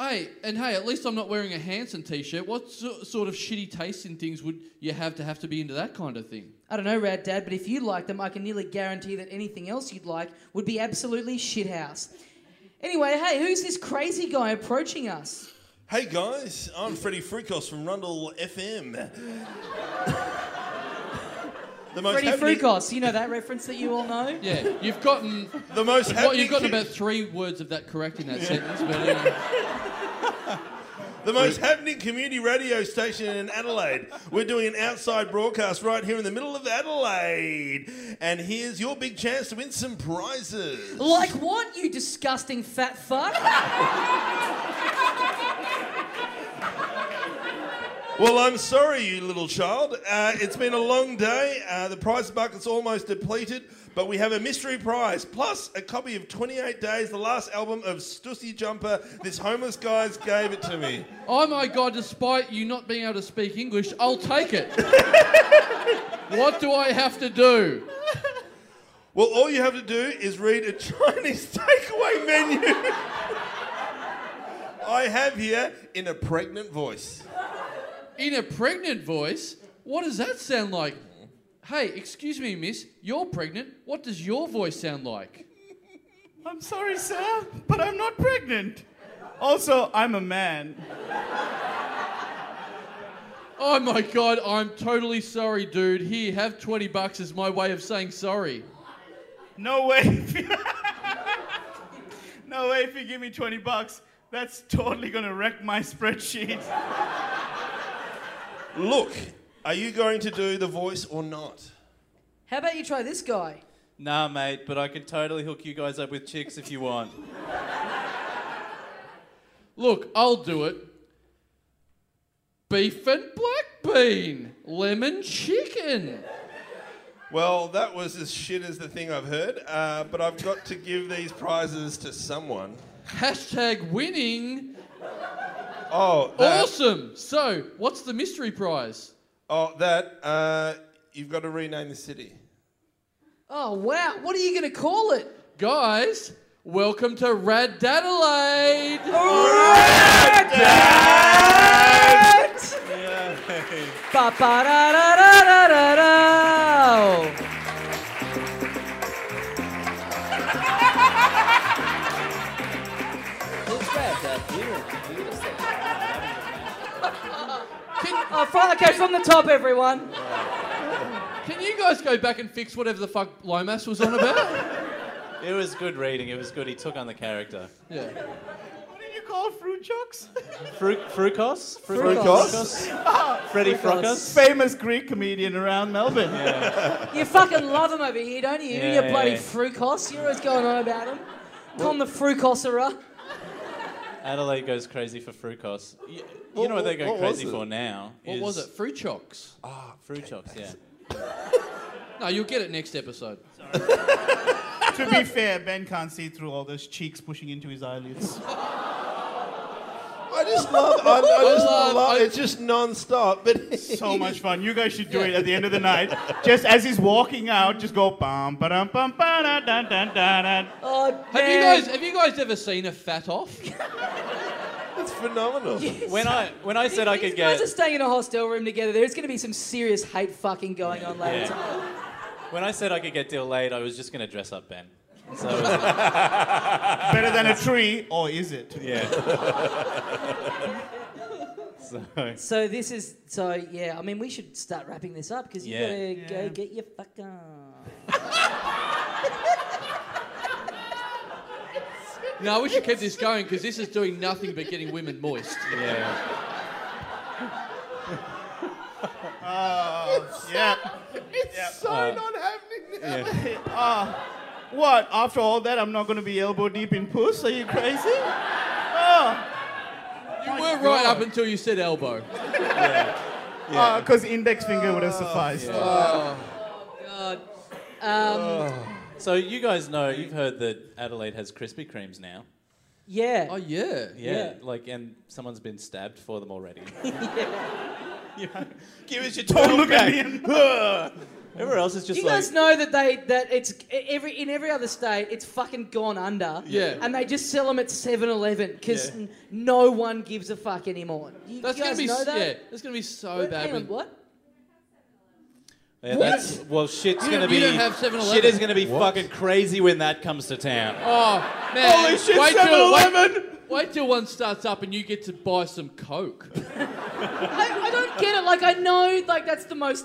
Speaker 3: Hey, and hey, at least I'm not wearing a Hanson t shirt. What so- sort of shitty taste in things would you have to have to be into that kind of thing?
Speaker 1: I don't know, Rad Dad, but if you like them, I can nearly guarantee that anything else you'd like would be absolutely shithouse. Anyway, hey, who's this crazy guy approaching us?
Speaker 5: Hey guys, I'm Freddie Frucos from Rundle FM. the most
Speaker 1: Freddy
Speaker 5: happening-
Speaker 1: Frucos, you know that reference that you all know?
Speaker 3: Yeah, you've gotten.
Speaker 5: The most
Speaker 3: Well,
Speaker 5: happening
Speaker 3: you've gotten
Speaker 5: kid-
Speaker 3: about three words of that correct in that sentence, but. uh,
Speaker 5: the most happening community radio station in Adelaide. We're doing an outside broadcast right here in the middle of Adelaide. And here's your big chance to win some prizes.
Speaker 4: Like what, you disgusting fat fuck?
Speaker 5: Well, I'm sorry, you little child. Uh, it's been a long day. Uh, the prize bucket's almost depleted, but we have a mystery prize, plus a copy of 28 Days, the last album of Stussy Jumper. This homeless guy's gave it to me.
Speaker 2: Oh my god, despite you not being able to speak English, I'll take it. what do I have to do?
Speaker 5: Well, all you have to do is read a Chinese takeaway menu. I have here in a pregnant voice.
Speaker 2: In a pregnant voice? What does that sound like? Hey, excuse me, miss, you're pregnant. What does your voice sound like?
Speaker 6: I'm sorry, sir, but I'm not pregnant. Also, I'm a man.
Speaker 2: Oh my god, I'm totally sorry, dude. Here, have 20 bucks as my way of saying sorry.
Speaker 6: No way. if you- no way if you give me 20 bucks. That's totally gonna wreck my spreadsheet.
Speaker 5: Look, are you going to do the voice or not?
Speaker 4: How about you try this guy?
Speaker 7: Nah, mate, but I can totally hook you guys up with chicks if you want.
Speaker 2: Look, I'll do it. Beef and black bean, lemon chicken.
Speaker 5: Well, that was as shit as the thing I've heard, uh, but I've got to give these prizes to someone.
Speaker 2: Hashtag winning.
Speaker 5: Oh, that,
Speaker 2: Awesome. So, what's the mystery prize?
Speaker 5: oh, that uh, you've got to rename the city.
Speaker 4: Oh, wow. What are you going to call it?
Speaker 2: Guys, welcome to Rad Dadelaide.
Speaker 4: Ba-ba-da-da-da-da-da-da. Oh, fro- okay, from the top, everyone.
Speaker 2: Can you guys go back and fix whatever the fuck Lomas was on about?
Speaker 7: It was good reading. It was good. He took on the character.
Speaker 2: yeah.
Speaker 6: What do you call fruit jokes?
Speaker 7: Fru- Frucos?
Speaker 5: Frucos?
Speaker 7: Freddy Frocos?
Speaker 6: Famous Greek comedian around Melbourne.
Speaker 4: You fucking love him over here, don't you?
Speaker 7: Yeah,
Speaker 4: you
Speaker 7: yeah,
Speaker 4: bloody
Speaker 7: yeah.
Speaker 4: frucos. You're always going on about him. Call him the frucosera.
Speaker 7: Adelaide goes crazy for Frucos. You, you know what
Speaker 5: what-
Speaker 7: they're going
Speaker 5: what was
Speaker 7: crazy
Speaker 5: it?
Speaker 7: for now?
Speaker 2: What was it? Fruit chocks.
Speaker 7: Frucos, yeah.
Speaker 2: No, you'll get it next episode.
Speaker 6: to be fair, Ben can't see through all those cheeks pushing into his eyelids.
Speaker 5: I just love, I, I just
Speaker 2: Love,
Speaker 5: love,
Speaker 2: I-
Speaker 5: it's just non-stop. But
Speaker 6: So much fun. You guys should do it
Speaker 2: Yeah.
Speaker 6: at the end of the night. Just as he's walking out, just go bum ba dum bum ba da da da da da.
Speaker 4: Oh,
Speaker 2: Have you
Speaker 4: man.
Speaker 2: guys have you guys ever seen a fat off?
Speaker 5: it's phenomenal.
Speaker 7: When I when I said I
Speaker 4: These
Speaker 7: could
Speaker 4: guys
Speaker 7: get
Speaker 4: are staying in a hostel room together. There's going to be some serious hate fucking going on later
Speaker 7: Yeah.
Speaker 4: tonight.
Speaker 7: when I said I could get deal laid, I was just gonna dress up Ben. So
Speaker 6: Better than a tree, or is it?
Speaker 7: yeah. so
Speaker 4: So this is so yeah. I mean, we should start wrapping this up because you
Speaker 7: Yeah.
Speaker 4: gotta
Speaker 6: Yeah.
Speaker 4: go get your fuck on.
Speaker 2: No, we should keep this going because this is doing nothing but getting women moist.
Speaker 7: yeah.
Speaker 6: Yeah.
Speaker 5: So
Speaker 7: Uh,
Speaker 5: not happening. Now.
Speaker 6: Uh, What? After all that, I'm not going to be elbow deep in puss? Are you crazy? Oh,
Speaker 2: You were right up until you said elbow.
Speaker 6: because uh, index finger would have
Speaker 7: Uh,
Speaker 6: sufficed.
Speaker 7: So you guys know you've heard that Adelaide has Krispy Kremes now.
Speaker 4: Yeah.
Speaker 2: Oh yeah.
Speaker 7: Yeah.
Speaker 4: Yeah.
Speaker 7: Like and someone's been stabbed for them already.
Speaker 6: Give us your Don't look at me. and-
Speaker 7: Everyone else is
Speaker 4: Do
Speaker 7: just
Speaker 4: you
Speaker 7: like
Speaker 4: guys know that they that it's e, every in every other state it's fucking gone under.
Speaker 2: Yeah.
Speaker 4: And they just sell them at 7-Eleven because
Speaker 7: Yeah.
Speaker 4: n- no one gives a fuck anymore. You
Speaker 2: That's
Speaker 4: guys
Speaker 2: gonna be
Speaker 4: know
Speaker 2: s-
Speaker 4: that?
Speaker 2: yeah. That's gonna be so
Speaker 4: Wait,
Speaker 2: bad.
Speaker 4: hang on,
Speaker 2: when-
Speaker 4: what?
Speaker 7: Yeah, that's well shit's
Speaker 2: You
Speaker 7: gonna
Speaker 2: don't-
Speaker 7: be
Speaker 2: you don't have 7-Eleven.
Speaker 7: shit is gonna be fucking crazy when that comes to town.
Speaker 2: Oh man!
Speaker 7: Holy shit,
Speaker 2: wait till,
Speaker 7: 7-Eleven!
Speaker 2: wait, wait till one starts up and you get to buy some coke.
Speaker 4: I, I don't get it. Like I know like that's the most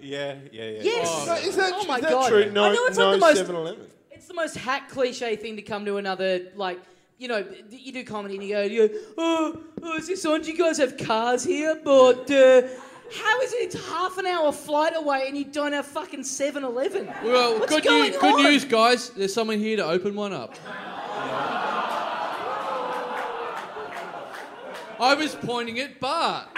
Speaker 7: Yeah, yeah, yeah.
Speaker 4: Yes.
Speaker 5: Is that,
Speaker 4: Oh my
Speaker 5: is that
Speaker 4: God.
Speaker 5: true? No,
Speaker 4: I know it's
Speaker 5: no
Speaker 4: not the most-
Speaker 5: 7-Eleven.
Speaker 4: It's the most hack cliche thing to come to another like.
Speaker 1: you know, you do comedy and you go, you go, oh, oh, is this on? Do you guys have cars here? But uh, how is it? It's half an hour flight away and you don't have fucking 7-Eleven.
Speaker 3: Well,
Speaker 1: What's
Speaker 3: good,
Speaker 1: going
Speaker 3: news, good
Speaker 1: on?
Speaker 3: news, guys. There's someone here to open one up. I was pointing at Bart.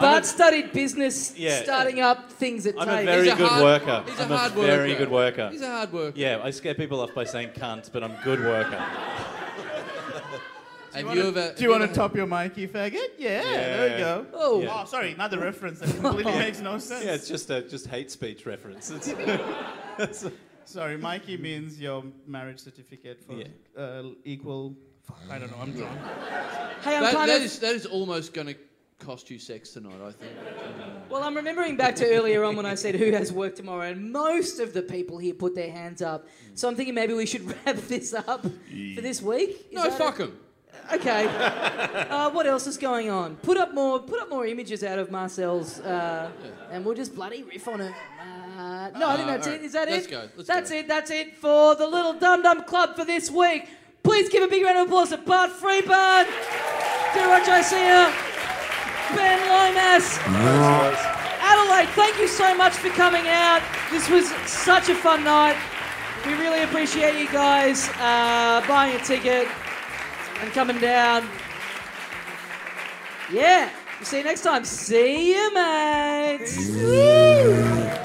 Speaker 1: Bart studied business,
Speaker 7: Yeah.
Speaker 1: starting up things at
Speaker 7: I'm
Speaker 1: TAFE.
Speaker 7: a very
Speaker 3: a
Speaker 7: good
Speaker 3: hard-
Speaker 7: worker.
Speaker 3: he's a
Speaker 7: I'm
Speaker 3: hard
Speaker 7: very
Speaker 3: worker.
Speaker 7: good worker.
Speaker 3: He's a hard worker.
Speaker 7: yeah, I scare people off by saying cunt, but I'm a good worker.
Speaker 3: Have you ever?
Speaker 6: Do you want to top your mic, you faggot? Yeah, there we
Speaker 7: Yeah.
Speaker 6: go.
Speaker 1: Oh.
Speaker 7: Yeah.
Speaker 6: Oh, sorry, another reference that completely makes no sense.
Speaker 7: Yeah, it's just a just hate speech reference. It's,
Speaker 6: Sorry, Mikey means your marriage certificate for
Speaker 7: Yeah.
Speaker 6: uh, equal. Fuck, I don't know. I'm drunk.
Speaker 1: Hey, I'm
Speaker 3: That-
Speaker 1: kind
Speaker 3: that
Speaker 1: of.
Speaker 3: is that is almost going to cost you sex tonight. I think.
Speaker 1: Well, I'm remembering back to earlier on when I said who has work tomorrow, and most of the people here put their hands up. So I'm thinking maybe we should wrap this up for this week. Is
Speaker 3: no,
Speaker 1: that
Speaker 3: fuck
Speaker 1: it?
Speaker 3: him.
Speaker 1: Okay. Uh, what else is going on? Put up more. Put up more images out of Marcel's, uh, and we'll just bloody riff on it. Uh, no, I think
Speaker 3: Uh,
Speaker 1: that's
Speaker 3: all
Speaker 1: it. Is that
Speaker 3: right. Let's
Speaker 1: it?
Speaker 3: go. Let's
Speaker 1: that's
Speaker 3: go.
Speaker 1: it. That's it for the Little Dum Dum Club for this week. Please give a big round of applause to Bart Freebird, Dero Josiah, Ben Lomas, Adelaide, thank you so much for coming out. This was such a fun night. We really appreciate you guys uh, buying a ticket and coming down. Yeah, we'll see you next time. See you, mates. Woo.